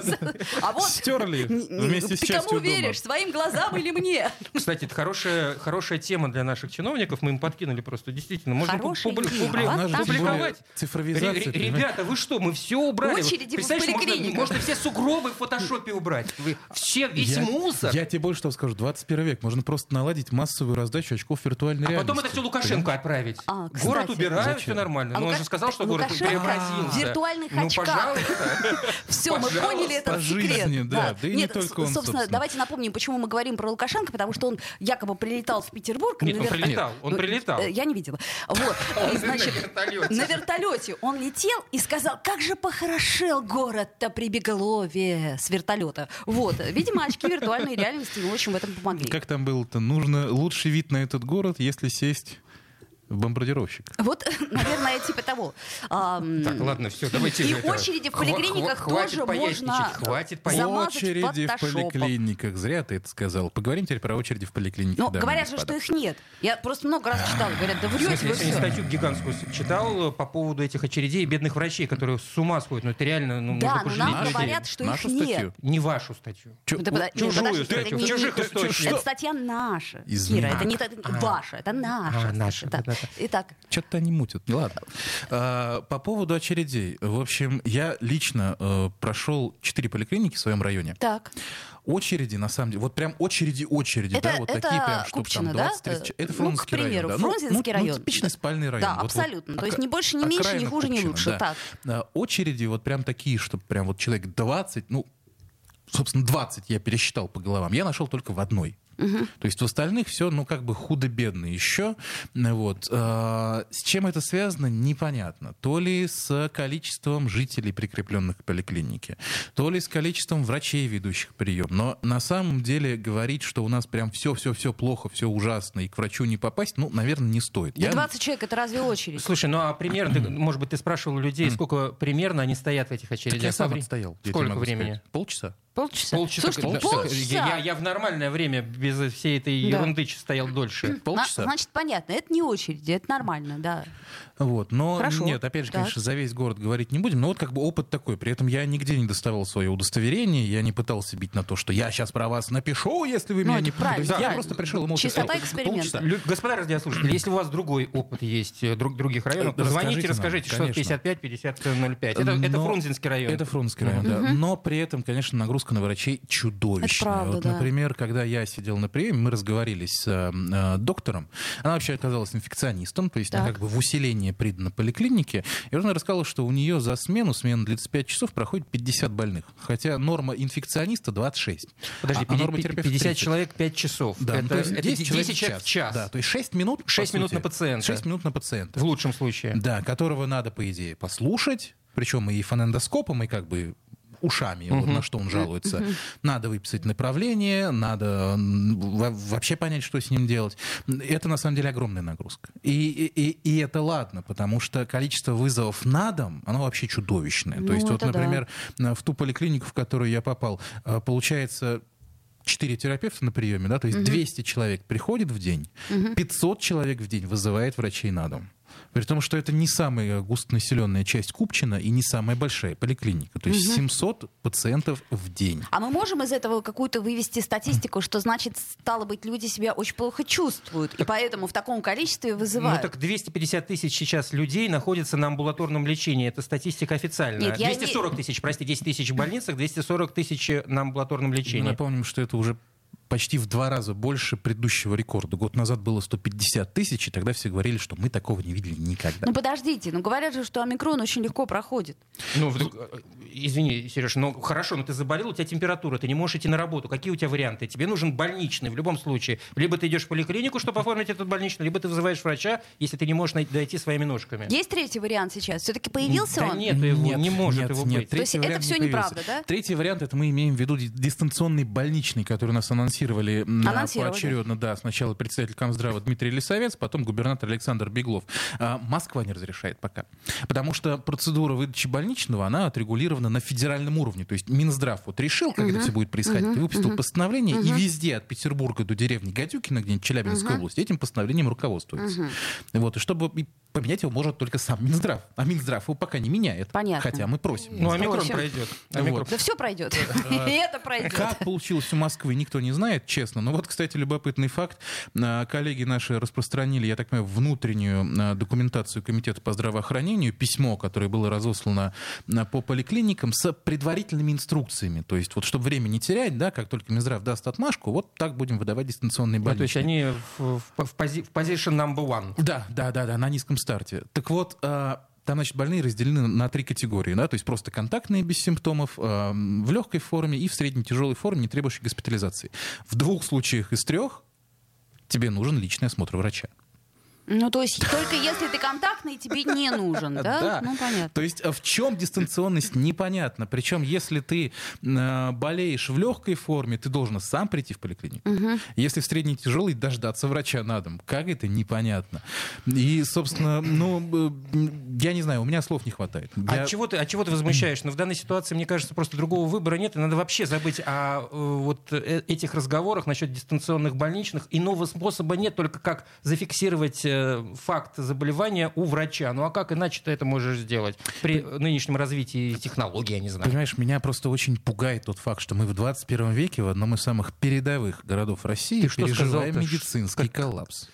[SPEAKER 2] а вот
[SPEAKER 4] Стерли их
[SPEAKER 2] Н- н-
[SPEAKER 4] вместе с
[SPEAKER 2] Ты
[SPEAKER 4] частью
[SPEAKER 2] кому
[SPEAKER 4] дома.
[SPEAKER 2] веришь, своим глазам или мне?
[SPEAKER 3] Кстати, это хорошая, хорошая тема для наших чиновников. Мы им подкинули просто действительно. Можно пуб-
[SPEAKER 2] Хорошая
[SPEAKER 3] публи-
[SPEAKER 2] идея.
[SPEAKER 3] публи-
[SPEAKER 2] А
[SPEAKER 4] Она же, тем более,
[SPEAKER 3] публиковать.
[SPEAKER 4] цифровизация,
[SPEAKER 3] Ре- ре-
[SPEAKER 4] понимаешь?
[SPEAKER 3] Ребята, вы что, мы все убрали?
[SPEAKER 2] Очереди в
[SPEAKER 3] Представляешь, можно,
[SPEAKER 2] поликлиниках.
[SPEAKER 3] можно все сугробы в фотошопе убрать. Вы все, весь
[SPEAKER 4] я,
[SPEAKER 3] мусор. А
[SPEAKER 4] Я тебе больше того скажу. 21 век. Можно просто наладить массовую раздачу очков виртуальной
[SPEAKER 3] А
[SPEAKER 4] реальности.
[SPEAKER 3] потом это все Лукашенко отправить.
[SPEAKER 2] А, кстати.
[SPEAKER 3] город убирают,
[SPEAKER 4] Зачем?
[SPEAKER 3] все нормально.
[SPEAKER 2] А
[SPEAKER 3] Но Ну, он
[SPEAKER 2] Лука-
[SPEAKER 3] же сказал, что город
[SPEAKER 2] Лукашенко
[SPEAKER 3] преобразился.
[SPEAKER 2] в виртуальных
[SPEAKER 3] ну,
[SPEAKER 2] очках.
[SPEAKER 3] пожалуйста.
[SPEAKER 2] Все, мы
[SPEAKER 3] Пожалуйста.
[SPEAKER 2] поняли этот
[SPEAKER 4] По жизни,
[SPEAKER 2] секрет.
[SPEAKER 4] да. Да и не
[SPEAKER 2] Нет,
[SPEAKER 4] только
[SPEAKER 2] с-
[SPEAKER 4] он,
[SPEAKER 2] собственно,
[SPEAKER 4] собственно.
[SPEAKER 2] давайте напомним, почему мы говорим про Лукашенко, потому что он якобы прилетал в Петербург.
[SPEAKER 3] Нет,
[SPEAKER 2] на
[SPEAKER 3] он
[SPEAKER 2] вер-
[SPEAKER 3] прилетал, он
[SPEAKER 2] Ну,
[SPEAKER 3] прилетал.
[SPEAKER 2] э, Я не видела. Вот, и, значит,
[SPEAKER 3] на вертолете.
[SPEAKER 2] на вертолете он летел и сказал, как же похорошел город-то при Беголове с вертолета. Вот, видимо, очки виртуальной реальности не очень в этом помогли.
[SPEAKER 4] Как там было-то? Нужно лучший вид на этот город, если сесть в бомбардировщик.
[SPEAKER 2] Вот, наверное, типа того. Ам,
[SPEAKER 3] Так, ладно, все, давайте.
[SPEAKER 2] И
[SPEAKER 3] же это-
[SPEAKER 2] очереди в
[SPEAKER 3] Хва- хва-
[SPEAKER 2] поликлиниках
[SPEAKER 3] хватит
[SPEAKER 2] тоже
[SPEAKER 3] поясничать,
[SPEAKER 2] можно-
[SPEAKER 3] Хватит
[SPEAKER 2] За-
[SPEAKER 3] поясничать.
[SPEAKER 2] Замазать
[SPEAKER 4] очереди в
[SPEAKER 2] фотошопом.
[SPEAKER 4] поликлиниках. Зря ты это сказал. Поговорим теперь про очереди в поликлиниках.
[SPEAKER 2] Ну,
[SPEAKER 4] дамы и
[SPEAKER 2] говорят же,
[SPEAKER 4] господа.
[SPEAKER 2] что их нет. Я просто много раз читала. Говорят, да
[SPEAKER 3] В
[SPEAKER 2] врете вы
[SPEAKER 3] смысле, я сегодня
[SPEAKER 2] все.
[SPEAKER 3] статью гигантскую с- читал э, по поводу этих очередей и бедных врачей, которые с ума сходят. Ну, это реально, ну,
[SPEAKER 2] Да, но
[SPEAKER 3] можно пожалеть
[SPEAKER 2] нам
[SPEAKER 3] людей.
[SPEAKER 2] говорят, что
[SPEAKER 4] Нашу
[SPEAKER 2] их
[SPEAKER 4] статью.
[SPEAKER 2] нет.
[SPEAKER 3] Не вашу статью.
[SPEAKER 4] Чё,
[SPEAKER 2] Да
[SPEAKER 4] вот
[SPEAKER 2] подо-
[SPEAKER 4] чужую
[SPEAKER 2] подожди,
[SPEAKER 4] статью,
[SPEAKER 2] это не-
[SPEAKER 3] в чужих
[SPEAKER 2] не-
[SPEAKER 3] источниках.
[SPEAKER 2] Это статья наша,
[SPEAKER 4] Извини.
[SPEAKER 2] Кира. Это не та-
[SPEAKER 3] А.
[SPEAKER 2] ваша, это наша.
[SPEAKER 3] А, наша,
[SPEAKER 2] Да.
[SPEAKER 3] да, да, да.
[SPEAKER 2] Итак,
[SPEAKER 4] Что-то они мутят. Не, ладно. А, по поводу очередей. В общем, я лично э, прошел 4 поликлиники в своем районе.
[SPEAKER 2] так.
[SPEAKER 4] Очереди, на самом деле, вот прям очереди-очереди,
[SPEAKER 2] Это-
[SPEAKER 4] да, вот
[SPEAKER 2] это
[SPEAKER 4] такие прям, штук
[SPEAKER 2] Купчино,
[SPEAKER 4] там
[SPEAKER 2] да?
[SPEAKER 4] 20-30 человек. Это
[SPEAKER 2] Ну, к
[SPEAKER 4] Фрунзенский
[SPEAKER 2] примеру,
[SPEAKER 4] район. да.
[SPEAKER 2] Фрунзенский
[SPEAKER 4] ну,
[SPEAKER 2] район.
[SPEAKER 4] Ну, типичный спальный район.
[SPEAKER 2] Да,
[SPEAKER 4] Вот- вот
[SPEAKER 2] абсолютно. То есть
[SPEAKER 4] ока-
[SPEAKER 2] ни больше, ни меньше, ни
[SPEAKER 4] окраина
[SPEAKER 2] хуже, ни
[SPEAKER 4] Купчино,
[SPEAKER 2] лучше.
[SPEAKER 4] да.
[SPEAKER 2] Так.
[SPEAKER 4] А, Очереди вот прям такие, что прям вот человек 20, ну, собственно, 20 я пересчитал по головам. Я нашел только в одной. То есть в остальных все, ну, как бы худо-бедно еще. Ну, Вот. А, С чем это связано, непонятно. То ли с количеством жителей, прикрепленных к поликлинике, то ли с количеством врачей, ведущих прием. Но на самом деле говорить, что у нас прям все-все-все плохо, все ужасно, и к врачу не попасть, ну, наверное, не стоит.
[SPEAKER 2] Да
[SPEAKER 4] Я-
[SPEAKER 2] 20 человек, это разве очередь?
[SPEAKER 3] Слушай, ну а примерно, ты, может быть, ты спрашивал людей, сколько примерно они стоят в этих
[SPEAKER 4] Так
[SPEAKER 3] очередях?
[SPEAKER 4] я сам
[SPEAKER 3] Смотри,
[SPEAKER 4] отстоял. я тебе
[SPEAKER 3] Сколько
[SPEAKER 4] могу
[SPEAKER 3] времени?
[SPEAKER 4] сказать. Полчаса.
[SPEAKER 2] Полчаса.
[SPEAKER 3] Полчаса.
[SPEAKER 2] Слушайте,
[SPEAKER 3] когда-
[SPEAKER 2] полчаса.
[SPEAKER 3] Я, я в нормальное время без всей этой
[SPEAKER 2] Да.
[SPEAKER 3] ерунды стоял дольше.
[SPEAKER 4] Полчаса.
[SPEAKER 2] На- значит, понятно, это не очередь, это нормально, да.
[SPEAKER 4] Вот, но
[SPEAKER 2] Хорошо.
[SPEAKER 4] нет, опять же,
[SPEAKER 2] Так.
[SPEAKER 4] конечно, за весь город говорить не будем, но вот как бы опыт такой. При этом я нигде не доставал свое удостоверение, я не пытался бить на то, что я сейчас про вас напишу, если вы
[SPEAKER 2] Ну,
[SPEAKER 4] меня
[SPEAKER 2] это
[SPEAKER 4] не...
[SPEAKER 2] правильно,
[SPEAKER 4] То есть Я
[SPEAKER 2] правильно.
[SPEAKER 4] просто пришел и молча
[SPEAKER 2] Чистота
[SPEAKER 4] сказал,
[SPEAKER 2] эксперимента.
[SPEAKER 4] «Полчаса».
[SPEAKER 3] Лю- Господа радиослушатели, если у вас другой опыт есть э, друг, других районов,
[SPEAKER 4] Э,
[SPEAKER 3] позвоните,
[SPEAKER 4] расскажите
[SPEAKER 3] расскажите,
[SPEAKER 4] нам,
[SPEAKER 3] что 55 50 05. Это, это
[SPEAKER 4] Но-
[SPEAKER 3] Фрунзенский район.
[SPEAKER 4] Это Фрунзенский район, да. Но при этом, конечно, нагрузка на врачей чудовищная.
[SPEAKER 2] Это правда,
[SPEAKER 4] вот,
[SPEAKER 2] да.
[SPEAKER 4] например, когда я сидел на приеме, мы разговорились с э, э, доктором. Она вообще оказалась инфекционистом, то есть она
[SPEAKER 2] Так.
[SPEAKER 4] как бы в усиление придана поликлинике. И она рассказала, что у нее за смену, смена длится 5 часов, проходит 50 больных. Хотя норма инфекциониста 26.
[SPEAKER 3] Подожди,
[SPEAKER 4] а, а
[SPEAKER 3] 50,
[SPEAKER 4] норма терапевта
[SPEAKER 3] 50
[SPEAKER 4] 30.
[SPEAKER 3] человек 5 часов.
[SPEAKER 4] Да, ну,
[SPEAKER 3] это,
[SPEAKER 4] то есть
[SPEAKER 3] это 10, человек в час.
[SPEAKER 4] Да, то есть 6 минут. по
[SPEAKER 3] Шесть минут
[SPEAKER 4] сути.
[SPEAKER 3] на пациента.
[SPEAKER 4] Шесть минут на пациента.
[SPEAKER 3] В лучшем случае.
[SPEAKER 4] Да, которого надо, по идее, послушать, причем и фонендоскопом, и как бы ушами, вот на что он жалуется. Надо выписать направление, надо м, во- вообще понять, что с ним делать. Это, на самом деле, огромная нагрузка. И, и, и- и это ладно, потому что количество вызовов на дом, оно вообще чудовищное.
[SPEAKER 2] Ну,
[SPEAKER 4] То есть, вот,
[SPEAKER 2] это да.
[SPEAKER 4] например, э, в ту поликлинику, в которую я попал, э, получается... 4 терапевта на приеме, да, то есть 200 человек приходит в день, 500 человек в день вызывает врачей на дом. При том, что это не самая густонаселенная часть Купчина и не самая большая поликлиника. То есть 700 пациентов в день.
[SPEAKER 2] А мы можем из этого какую-то вывести статистику, что значит, стало быть, люди себя очень плохо чувствуют, и поэтому в таком количестве
[SPEAKER 3] Ну
[SPEAKER 2] вызывают.
[SPEAKER 3] так 250 тысяч сейчас людей находится на амбулаторном лечении. Это статистика официальная.
[SPEAKER 2] Нет, я не-
[SPEAKER 3] 240 тысяч, прости, 10 тысяч в больницах, 240 тысяч на амбулаторном
[SPEAKER 4] Мы
[SPEAKER 3] лечении.
[SPEAKER 4] напомним, что Ну, это уже почти в два раза больше предыдущего рекорда. Год назад было 150 тысяч, и тогда все говорили, что мы такого не видели никогда.
[SPEAKER 2] Ну подождите, ну говорят же, что омикрон очень легко проходит.
[SPEAKER 3] Ну, вдруг- э, извини, Сереж, ну хорошо, но ты заболел, у тебя температура, ты не можешь идти на работу. Какие у тебя варианты? Тебе нужен больничный в любом случае. Либо ты идешь в поликлинику, чтобы оформить этот больничный, либо ты вызываешь врача, если ты не можешь най- дойти своими ножками.
[SPEAKER 2] Есть третий вариант сейчас? Все-таки появился
[SPEAKER 3] да
[SPEAKER 2] он?
[SPEAKER 3] нет его, не может
[SPEAKER 4] нет,
[SPEAKER 3] его
[SPEAKER 4] нет.
[SPEAKER 3] быть.
[SPEAKER 2] То есть
[SPEAKER 4] Третий
[SPEAKER 2] это
[SPEAKER 4] вариант
[SPEAKER 2] всё
[SPEAKER 4] не появился.
[SPEAKER 2] неправда, да?
[SPEAKER 4] Третий вариант, это мы имеем в виду ди- дистанционный больничный, который у нас анонсировали м,
[SPEAKER 2] Анонсировали.
[SPEAKER 4] поочередно, да, сначала председатель Комздрава Дмитрий Лисовец, потом губернатор Александр Беглов. А, Москва не разрешает пока, потому что процедура выдачи больничного, она отрегулирована на федеральном уровне, то есть Минздрав вот решил, как это все будет происходить, и выпустил постановление, и везде от Петербурга до деревни Гадюкина, где-нибудь Челябинской области, этим постановлением руководствуется. Вот, и чтобы и поменять его может только сам Минздрав, а Минздрав его пока не меняет,
[SPEAKER 2] Понятно.
[SPEAKER 4] хотя мы просим.
[SPEAKER 3] Ну, омикрон
[SPEAKER 2] общем-
[SPEAKER 3] пройдет.
[SPEAKER 4] Вот.
[SPEAKER 3] Омикрон.
[SPEAKER 2] Да все
[SPEAKER 3] Э,
[SPEAKER 2] пройдет. И это пройдет.
[SPEAKER 4] Как получилось у Москвы, никто не знает, честно. Но вот, кстати, любопытный факт. А, Коллеги наши распространили, я так понимаю, внутреннюю а, документацию Комитета по здравоохранению, письмо, которое было разослано а, по поликлиникам с предварительными инструкциями. То есть, вот чтобы время не терять, да, как только Минздрав даст отмашку, вот так будем выдавать дистанционные
[SPEAKER 3] Ну,
[SPEAKER 4] больничные.
[SPEAKER 3] то есть они в, в, в пози- в position number one.
[SPEAKER 4] Да, да, да, да, на низком старте. Так вот, э, там, значит, больные разделены на три категории, да, то есть просто контактные без симптомов, эм, в легкой форме и в средне-тяжелой форме, не требующей госпитализации. В двух случаях из трех тебе нужен личный осмотр врача.
[SPEAKER 2] Ну, то есть только если ты контактный, тебе не нужен, да? Ну, понятно.
[SPEAKER 4] То есть а в чем дистанционность, непонятно. Причем, если ты э, болеешь в легкой форме, ты должен сам прийти в поликлинику. Если в средней тяжелой, дождаться врача на дом. Как это, непонятно. И, собственно, ну, э, м, я не знаю, у меня слов не хватает. Я-
[SPEAKER 3] От чего ты, от чего ты возмущаешь? Но в данной ситуации, мне кажется, просто другого выбора нет, и надо вообще забыть о э, вот э, этих разговорах насчет дистанционных больничных. Иного способа нет, только как зафиксировать э, факт заболевания у врача. Ну а как иначе ты это можешь сделать при э, нынешнем развитии технологий, я не знаю.
[SPEAKER 4] Понимаешь, меня просто очень пугает тот факт, что мы в 21 веке в одном из самых передовых городов России
[SPEAKER 3] Ты что
[SPEAKER 4] переживаем
[SPEAKER 3] сказал-то?
[SPEAKER 4] медицинский коллапс.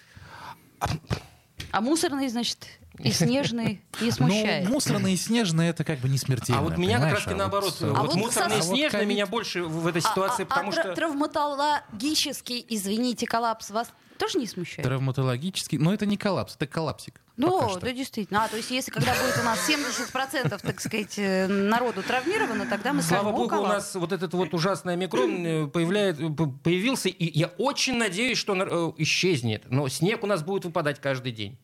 [SPEAKER 2] А мусорный, значит, и снежный не смущает.
[SPEAKER 4] Ну, мусорные и снежные это как бы не смертельно.
[SPEAKER 3] А вот меня как
[SPEAKER 4] понимаешь?
[SPEAKER 3] раз таки
[SPEAKER 4] А
[SPEAKER 3] наоборот.
[SPEAKER 4] вот,
[SPEAKER 3] Вот,
[SPEAKER 2] А вот,
[SPEAKER 3] мусорные
[SPEAKER 2] кстати,
[SPEAKER 3] снежные
[SPEAKER 4] ковид.
[SPEAKER 3] меня больше в в этой
[SPEAKER 2] А-
[SPEAKER 3] ситуации,
[SPEAKER 2] а-
[SPEAKER 3] потому
[SPEAKER 2] а тра-
[SPEAKER 3] что...
[SPEAKER 2] травматологический, извините, коллапс вас тоже не смущает?
[SPEAKER 4] Травматологический. Но это не коллапс, это коллапсик. пока
[SPEAKER 2] Э. Ну,
[SPEAKER 4] что.
[SPEAKER 2] да, действительно. А, то есть, если когда будет у нас 70%, так сказать, э, народу травмировано, тогда мы
[SPEAKER 3] Слава
[SPEAKER 2] скажем, «О,
[SPEAKER 3] богу, у
[SPEAKER 2] коллапс».
[SPEAKER 3] нас вот этот вот ужасный омикрон э, появляет, п- появился, и я очень надеюсь, что он э, исчезнет. Но снег у нас будет выпадать каждый день,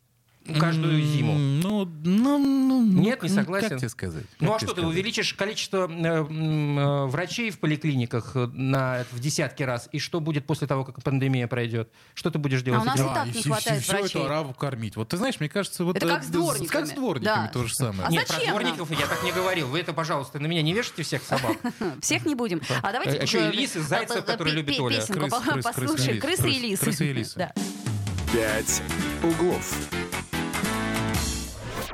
[SPEAKER 3] Ну, каждую
[SPEAKER 4] М,
[SPEAKER 3] зиму.
[SPEAKER 4] Ну, ну, ну, ну,
[SPEAKER 3] Нет, не
[SPEAKER 4] ну,
[SPEAKER 3] согласен.
[SPEAKER 4] Как тебе сказать?
[SPEAKER 3] Ну
[SPEAKER 4] Как
[SPEAKER 3] а что
[SPEAKER 4] тебе
[SPEAKER 3] ты
[SPEAKER 4] сказать?
[SPEAKER 3] увеличишь количество э, м, э, врачей в поликлиниках э, на, в десятки раз? И что будет после того, как пандемия пройдет? Что ты будешь делать?
[SPEAKER 2] А у нас
[SPEAKER 3] этим?
[SPEAKER 2] и так не
[SPEAKER 4] всё-
[SPEAKER 2] хватает
[SPEAKER 4] всё
[SPEAKER 2] врачей.
[SPEAKER 4] эту арабу кормить. Вот ты знаешь, мне кажется, вот
[SPEAKER 2] Это
[SPEAKER 4] э,
[SPEAKER 2] как с
[SPEAKER 4] да,
[SPEAKER 2] дворниками.
[SPEAKER 4] Как с дворниками
[SPEAKER 2] Да.
[SPEAKER 4] то же самое.
[SPEAKER 2] А
[SPEAKER 3] Нет, про
[SPEAKER 2] зачем нам?
[SPEAKER 3] дворников я так не говорил. Вы это, пожалуйста, на меня не вешайте всех собак.
[SPEAKER 2] Всех не будем. А давайте...
[SPEAKER 3] А ещё и
[SPEAKER 2] э,
[SPEAKER 3] лисы, зайцев,
[SPEAKER 2] э, э,
[SPEAKER 3] которые
[SPEAKER 2] пе-
[SPEAKER 3] любит
[SPEAKER 2] пе-
[SPEAKER 3] Оля.
[SPEAKER 2] Песенку
[SPEAKER 4] Крыс,
[SPEAKER 2] по-
[SPEAKER 4] крыс,
[SPEAKER 2] послушай.
[SPEAKER 4] крыс,
[SPEAKER 2] Крысы и
[SPEAKER 4] крыс,
[SPEAKER 2] лисы.
[SPEAKER 4] крысы и лисы.
[SPEAKER 2] Да.
[SPEAKER 1] «Пять углов».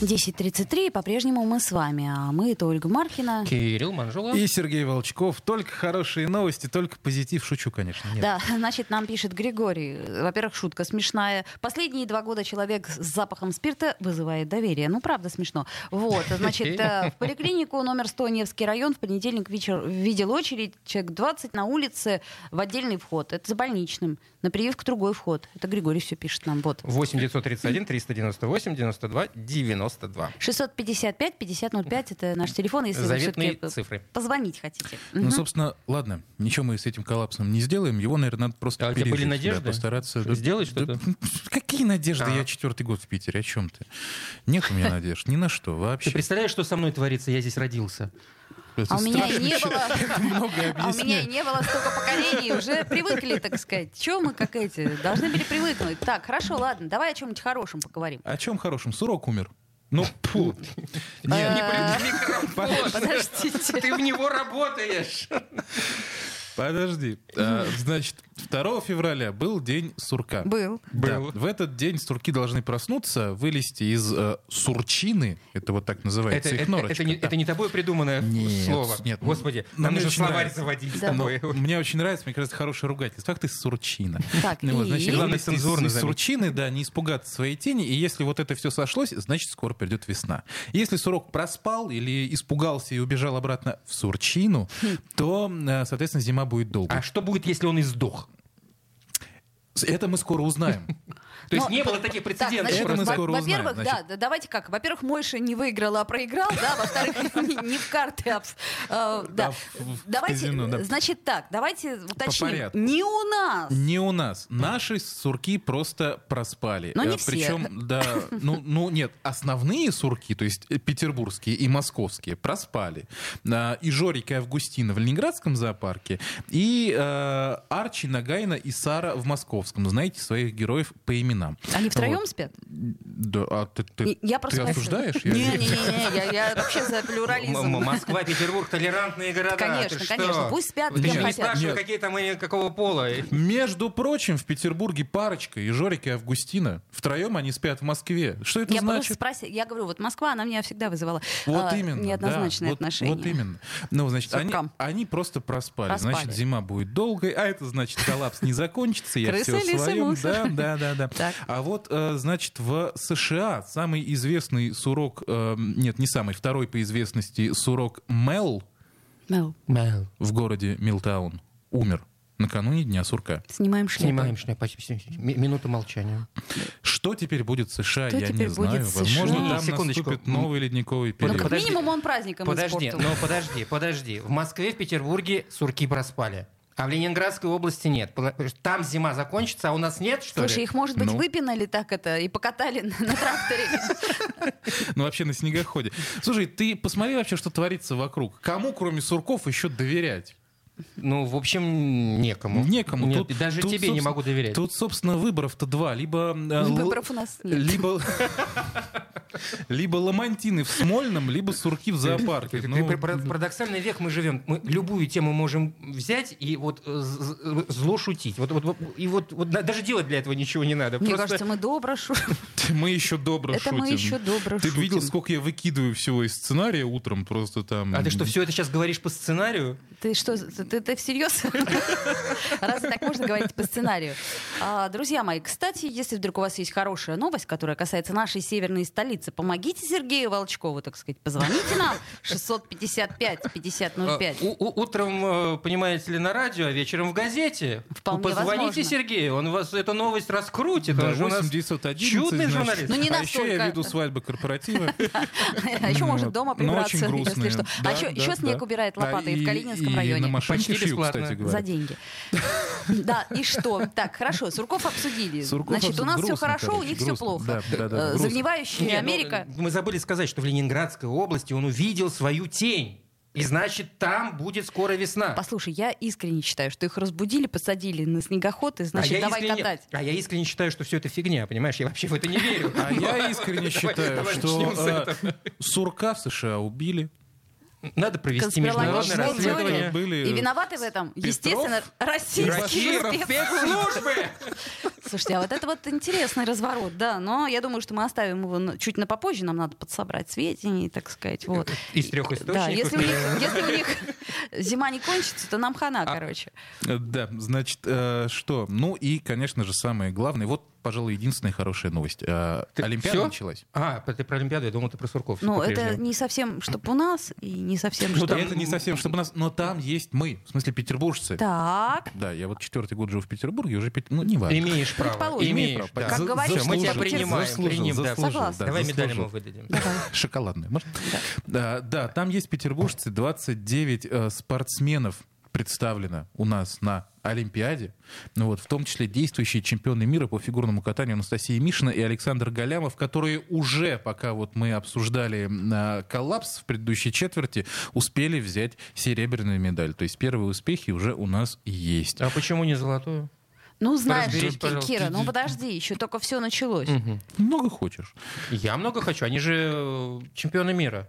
[SPEAKER 2] 10.33, по-прежнему мы с вами. А мы это Ольга Маркина.
[SPEAKER 3] Кирилл Манжула.
[SPEAKER 4] И Сергей Волчков. Только хорошие новости, только позитив. Шучу, конечно. Нет.
[SPEAKER 2] Да, значит, нам пишет Григорий. Во-первых, шутка смешная. Последние два года человек с запахом спирта вызывает доверие. Ну, правда, смешно. Вот, значит, э, в поликлинику номер 100 Невский район в понедельник вечер видел очередь. Человек 20 на улице в отдельный вход. Это за больничным. На прививку другой вход. Это Григорий все пишет нам. Вот.
[SPEAKER 3] 8 931 398 92 92.
[SPEAKER 2] 655 5005 это наш телефон, если э,
[SPEAKER 3] Заветные
[SPEAKER 2] вы все-таки
[SPEAKER 3] цифры.
[SPEAKER 2] позвонить хотите.
[SPEAKER 4] Ну,
[SPEAKER 2] Мгм.
[SPEAKER 4] собственно, ладно, ничего мы с этим коллапсом не сделаем. Его, наверное, надо просто
[SPEAKER 3] А у тебя
[SPEAKER 4] пережить,
[SPEAKER 3] были
[SPEAKER 4] да,
[SPEAKER 3] надежды?
[SPEAKER 4] постараться.
[SPEAKER 3] Что, сделать
[SPEAKER 4] Да,
[SPEAKER 3] что-то?
[SPEAKER 4] Какие надежды?
[SPEAKER 3] А.
[SPEAKER 4] Я четвертый год в Питере. О чем ты? Нет у меня надежд. Ни на что
[SPEAKER 3] Ты
[SPEAKER 4] вообще.
[SPEAKER 3] представляешь, что со мной творится? Я здесь родился.
[SPEAKER 4] Это
[SPEAKER 2] А у меня и
[SPEAKER 4] страшно.
[SPEAKER 2] не было.
[SPEAKER 4] Многое
[SPEAKER 2] А у меня и
[SPEAKER 4] объясняет.
[SPEAKER 2] не было столько поколений, уже привыкли, так сказать. Чего мы как эти? Должны были привыкнуть. Так, хорошо, ладно, давай о чем-нибудь хорошем поговорим.
[SPEAKER 4] О чем хорошем? Сурок умер. Ну, А, пфу.
[SPEAKER 2] Э,
[SPEAKER 4] Нет,
[SPEAKER 2] Подождите.
[SPEAKER 3] Ты в него работаешь.
[SPEAKER 4] подожди. А, Значит, 2 февраля был день сурка.
[SPEAKER 2] Был.
[SPEAKER 4] Да.
[SPEAKER 3] Был.
[SPEAKER 4] В этот день сурки должны проснуться, вылезти из э, сурчины, это вот так
[SPEAKER 3] Это,
[SPEAKER 4] называется их
[SPEAKER 3] это-
[SPEAKER 4] норочка.
[SPEAKER 3] это не,
[SPEAKER 4] Да.
[SPEAKER 3] это не тобой придуманное
[SPEAKER 4] Нет,
[SPEAKER 3] слово.
[SPEAKER 4] нет.
[SPEAKER 3] Господи,
[SPEAKER 4] Ну,
[SPEAKER 3] нам
[SPEAKER 4] мне
[SPEAKER 3] нужно
[SPEAKER 4] очень
[SPEAKER 3] словарь
[SPEAKER 4] нравится.
[SPEAKER 3] заводить с
[SPEAKER 2] Да.
[SPEAKER 3] тобой.
[SPEAKER 4] Ну, мне очень нравится, мне кажется, хорошее ругательство. Ах ты сурчина.
[SPEAKER 2] Так,
[SPEAKER 4] Ну, вот,
[SPEAKER 2] и-
[SPEAKER 4] значит,
[SPEAKER 2] и-
[SPEAKER 4] главное
[SPEAKER 3] Главное, цензурно
[SPEAKER 4] цензурно
[SPEAKER 3] заметить.
[SPEAKER 4] сурчины, да, не испугаться своей тени. И если вот это все сошлось, значит, скоро придет весна. Если сурок проспал или испугался и убежал обратно в сурчину,
[SPEAKER 2] Хм.
[SPEAKER 4] то, э, соответственно, А зима будет долго.
[SPEAKER 3] А что будет, если он издох?
[SPEAKER 4] Ну, Это мы скоро узнаем.
[SPEAKER 3] То есть не было таких прецедентов.
[SPEAKER 4] значит, Это мы
[SPEAKER 3] просто.
[SPEAKER 4] скоро узнаем,
[SPEAKER 2] Во-первых, да,
[SPEAKER 4] значит.
[SPEAKER 2] да, давайте как. Во-первых, Мойша не выиграл, а проиграл, да. Во-вторых, не не в карты, а в- э,
[SPEAKER 4] Да,
[SPEAKER 2] да.
[SPEAKER 4] в- в
[SPEAKER 2] Давайте,
[SPEAKER 4] казино, да.
[SPEAKER 2] значит так, давайте уточним.
[SPEAKER 4] порядку.
[SPEAKER 2] Не у нас.
[SPEAKER 4] Не у нас. Наши сурки просто проспали.
[SPEAKER 2] Но не
[SPEAKER 4] Э,
[SPEAKER 2] все.
[SPEAKER 4] Причем, да, ну, ну нет, основные сурки, то есть э, петербургские и московские, проспали. А, И Жорик и Августина в Ленинградском зоопарке, и э, Арчи, Нагайна и Сара в Московском. Знаете своих героев по именам.
[SPEAKER 2] Они втроем
[SPEAKER 4] Вот.
[SPEAKER 2] спят?
[SPEAKER 4] Да, а ты, ты-
[SPEAKER 2] Я
[SPEAKER 4] ты
[SPEAKER 2] просто...
[SPEAKER 4] осуждаешь? Я-
[SPEAKER 2] Не-не-не, я- я вообще за
[SPEAKER 3] М-
[SPEAKER 2] плюрализм.
[SPEAKER 3] м- Москва, Петербург, толерантные города.
[SPEAKER 2] Конечно,
[SPEAKER 3] Ты что?
[SPEAKER 2] конечно, пусть спят,
[SPEAKER 3] Ты
[SPEAKER 4] кем
[SPEAKER 3] же не
[SPEAKER 4] хотят.
[SPEAKER 3] спрашивай,
[SPEAKER 4] Нет.
[SPEAKER 3] какие там они, какого пола.
[SPEAKER 4] Между прочим, в Петербурге парочка, и Жорик, и Августина. Втроем они спят в Москве. Что это
[SPEAKER 2] Я просто
[SPEAKER 4] значит?
[SPEAKER 2] спросила, я говорю, вот Москва, она меня всегда вызывала
[SPEAKER 4] Вот
[SPEAKER 2] а,
[SPEAKER 4] именно. да,
[SPEAKER 2] неоднозначные
[SPEAKER 4] вот-
[SPEAKER 2] отношения.
[SPEAKER 4] Вот именно. Ну, значит, они,
[SPEAKER 2] Суркам.
[SPEAKER 4] они просто проспали.
[SPEAKER 2] Проспали.
[SPEAKER 4] Значит, зима будет долгой, а это значит, коллапс не закончится, я
[SPEAKER 2] Крысы,
[SPEAKER 4] все
[SPEAKER 2] лисы,
[SPEAKER 4] своем. Да,
[SPEAKER 2] мусор.
[SPEAKER 4] да, да, да.
[SPEAKER 2] Так.
[SPEAKER 4] А вот, э, значит, в США самый известный сурок, э, нет, не самый, второй по известности сурок Мел
[SPEAKER 2] Мэл,
[SPEAKER 4] в городе Милтаун умер накануне Дня сурка.
[SPEAKER 2] снимаем шляпу.
[SPEAKER 3] Снимаем шляпу. почти- ми- Минута молчания.
[SPEAKER 4] Что теперь будет в США,
[SPEAKER 2] Что
[SPEAKER 4] я не
[SPEAKER 2] теперь будет
[SPEAKER 4] знаю.
[SPEAKER 2] в
[SPEAKER 4] Возможно,
[SPEAKER 2] США?
[SPEAKER 4] там
[SPEAKER 3] Секундочку.
[SPEAKER 4] наступит новый ледниковый
[SPEAKER 2] Ну,
[SPEAKER 4] период.
[SPEAKER 2] как
[SPEAKER 3] Подожди.
[SPEAKER 2] минимум он праздником
[SPEAKER 3] Подожди,
[SPEAKER 2] испортил.
[SPEAKER 3] но
[SPEAKER 4] ну,
[SPEAKER 3] подожди, подожди. В Москве, в Петербурге сурки проспали. А в Ленинградской области нет. Пла- Там зима закончится, а у нас нет, что
[SPEAKER 2] Слушай,
[SPEAKER 3] ли?
[SPEAKER 2] их, может быть,
[SPEAKER 4] Ну.
[SPEAKER 2] выпинали так это и покатали на, на тракторе.
[SPEAKER 4] Ну, вообще на снегоходе. Слушай, ты посмотри вообще, что творится вокруг. Кому, кроме сурков, еще доверять?
[SPEAKER 3] Ну, в общем, некому.
[SPEAKER 4] Некому.
[SPEAKER 3] Ну, Нет,
[SPEAKER 4] Тут-
[SPEAKER 3] и даже
[SPEAKER 4] тут,
[SPEAKER 3] тебе не
[SPEAKER 4] собствен-
[SPEAKER 3] могу доверять.
[SPEAKER 4] Тут, собственно, выборов-то два. Либо... э, л-
[SPEAKER 2] Выборов у нас нет.
[SPEAKER 4] Либо... Либо ламантины в Смольном, либо сурки в зоопарке.
[SPEAKER 3] Пар-
[SPEAKER 4] Ну,
[SPEAKER 3] пар- пар- Парадоксальный век мы живем. Мы любую тему можем взять и вот э, з- з- зло шутить. Вот, вот, вот- и вот, вот да- даже делать для этого ничего не надо.
[SPEAKER 2] Мне
[SPEAKER 3] Просто-
[SPEAKER 2] кажется, мы добро шутим.
[SPEAKER 4] мы еще добро
[SPEAKER 2] Это мы
[SPEAKER 4] шутим.
[SPEAKER 2] еще добро
[SPEAKER 4] Ты б видел,
[SPEAKER 2] шутим.
[SPEAKER 4] сколько я выкидываю всего из сценария утром просто там.
[SPEAKER 3] А ты что, все это сейчас говоришь по сценарию?
[SPEAKER 2] Ты что, ты, ты- ты всерьез? Разве так можно говорить по сценарию? А, друзья мои, кстати, если вдруг у вас есть хорошая новость, которая касается нашей северной столицы, помогите Сергею Волчкову, так сказать, позвоните нам 655-5005.
[SPEAKER 3] А, у- у- Утром, э, понимаете ли, на радио, а вечером в газете.
[SPEAKER 2] Вполне
[SPEAKER 3] Позвоните
[SPEAKER 2] возможно.
[SPEAKER 3] Сергею, он вас эту новость раскрутит.
[SPEAKER 4] Да,
[SPEAKER 3] он же у нас
[SPEAKER 4] 8911,
[SPEAKER 3] чудный
[SPEAKER 4] значит.
[SPEAKER 3] журналист.
[SPEAKER 2] Ну, не
[SPEAKER 4] а еще я
[SPEAKER 2] настолько.
[SPEAKER 4] веду свадьбы корпоративы.
[SPEAKER 2] А еще
[SPEAKER 4] Ну,
[SPEAKER 2] может
[SPEAKER 4] вот.
[SPEAKER 2] дома
[SPEAKER 4] Но
[SPEAKER 2] прибраться,
[SPEAKER 4] очень
[SPEAKER 2] если
[SPEAKER 4] грустные.
[SPEAKER 2] что.
[SPEAKER 4] Да,
[SPEAKER 2] А еще,
[SPEAKER 4] да, да.
[SPEAKER 2] снег убирает
[SPEAKER 4] Да,
[SPEAKER 2] лопатой
[SPEAKER 4] и-
[SPEAKER 2] в Калининском
[SPEAKER 4] и
[SPEAKER 2] районе.
[SPEAKER 4] на машине
[SPEAKER 3] Почти
[SPEAKER 4] шью,
[SPEAKER 3] бесплатно.
[SPEAKER 4] кстати говоря.
[SPEAKER 2] За деньги. Да, и что? Так, хорошо, Сурков обсудили.
[SPEAKER 4] Сурков
[SPEAKER 2] Значит, у
[SPEAKER 4] обсуд-
[SPEAKER 2] нас все
[SPEAKER 4] грустно,
[SPEAKER 2] хорошо, у
[SPEAKER 4] короче,
[SPEAKER 2] них все
[SPEAKER 4] грустно.
[SPEAKER 2] плохо.
[SPEAKER 4] Да, да, да,
[SPEAKER 2] Э,
[SPEAKER 4] грустно.
[SPEAKER 2] Загнивающая
[SPEAKER 3] Не, ну,
[SPEAKER 2] Америка.
[SPEAKER 3] Мы забыли сказать, что в Ленинградской области он увидел свою тень. И значит, там будет скоро весна. А
[SPEAKER 2] Послушай, я искренне считаю, что их разбудили, посадили на снегоход и,
[SPEAKER 3] а
[SPEAKER 2] значит,
[SPEAKER 3] я
[SPEAKER 2] давай
[SPEAKER 3] искренне,
[SPEAKER 2] катать.
[SPEAKER 3] А я искренне считаю, что все это фигня, понимаешь? Я вообще в это не верю.
[SPEAKER 4] А я
[SPEAKER 3] Давай-
[SPEAKER 4] искренне считаю,
[SPEAKER 3] давай
[SPEAKER 4] что
[SPEAKER 3] начнем с
[SPEAKER 4] э, сурка в США убили.
[SPEAKER 3] Надо провести международное
[SPEAKER 2] Конспирологические
[SPEAKER 4] расследование
[SPEAKER 2] теории.
[SPEAKER 4] были
[SPEAKER 2] И виноваты в этом,
[SPEAKER 4] Петров
[SPEAKER 2] естественно, российские
[SPEAKER 3] расследование.
[SPEAKER 2] спец-
[SPEAKER 3] спецслужбы!
[SPEAKER 2] Слушайте, а вот это вот интересный разворот, да. Но я думаю, что мы оставим его на- чуть на попозже. Нам надо подсобрать сведения, так сказать. Вот. э,
[SPEAKER 3] Из трех
[SPEAKER 2] Да, если у, них,
[SPEAKER 3] источников.
[SPEAKER 2] если у них зима не кончится, то нам
[SPEAKER 3] А,
[SPEAKER 2] хана, короче.
[SPEAKER 4] Э, Да, значит, э, что? Ну и, конечно же, самое главное, вот, пожалуй, единственная хорошая новость. Э,
[SPEAKER 3] Ты-
[SPEAKER 4] Олимпиада
[SPEAKER 3] всё?
[SPEAKER 4] началась.
[SPEAKER 3] А, про- ты про Олимпиаду, я думал, ты про Сурков.
[SPEAKER 2] Ну, это
[SPEAKER 3] по-прежнему.
[SPEAKER 2] не совсем, чтобы у нас, и не
[SPEAKER 3] Ну,
[SPEAKER 2] совсем, что...
[SPEAKER 4] Что это не совсем, чтобы нас... Но там есть мы, в смысле петербуржцы.
[SPEAKER 2] Так,
[SPEAKER 4] Да, я вот четвертый год живу в Петербурге, уже... пет- Ну, неважно.
[SPEAKER 3] Имеешь право.
[SPEAKER 2] Предположим.
[SPEAKER 3] Имеешь,
[SPEAKER 4] Как
[SPEAKER 3] да.
[SPEAKER 2] За- говорится,
[SPEAKER 3] Всё, мы тебя
[SPEAKER 2] заслужил,
[SPEAKER 3] принимаем.
[SPEAKER 4] заслужил,
[SPEAKER 3] приним- да,
[SPEAKER 4] заслужил,
[SPEAKER 2] Согласна.
[SPEAKER 4] да,
[SPEAKER 3] Давай медаль
[SPEAKER 4] заслужил.
[SPEAKER 3] ему выдадим.
[SPEAKER 4] Шоколадную, можно? Да. да, там есть петербуржцы, 29 э, спортсменов представлено у нас на Олимпиаде, ну вот, в том числе действующие чемпионы мира по фигурному катанию Анастасия Мишина и Александр Галямов, которые уже, пока вот мы обсуждали э, коллапс в предыдущей четверти, успели взять серебряную медаль. То есть первые успехи уже у нас есть.
[SPEAKER 3] А почему не золотую?
[SPEAKER 2] ну знаешь,
[SPEAKER 3] Разберись,
[SPEAKER 2] Ки-
[SPEAKER 3] пожалуйста.
[SPEAKER 2] Кира, ну подожди, еще только все началось.
[SPEAKER 4] Много хочешь.
[SPEAKER 3] Я много хочу. Они же э, чемпионы мира.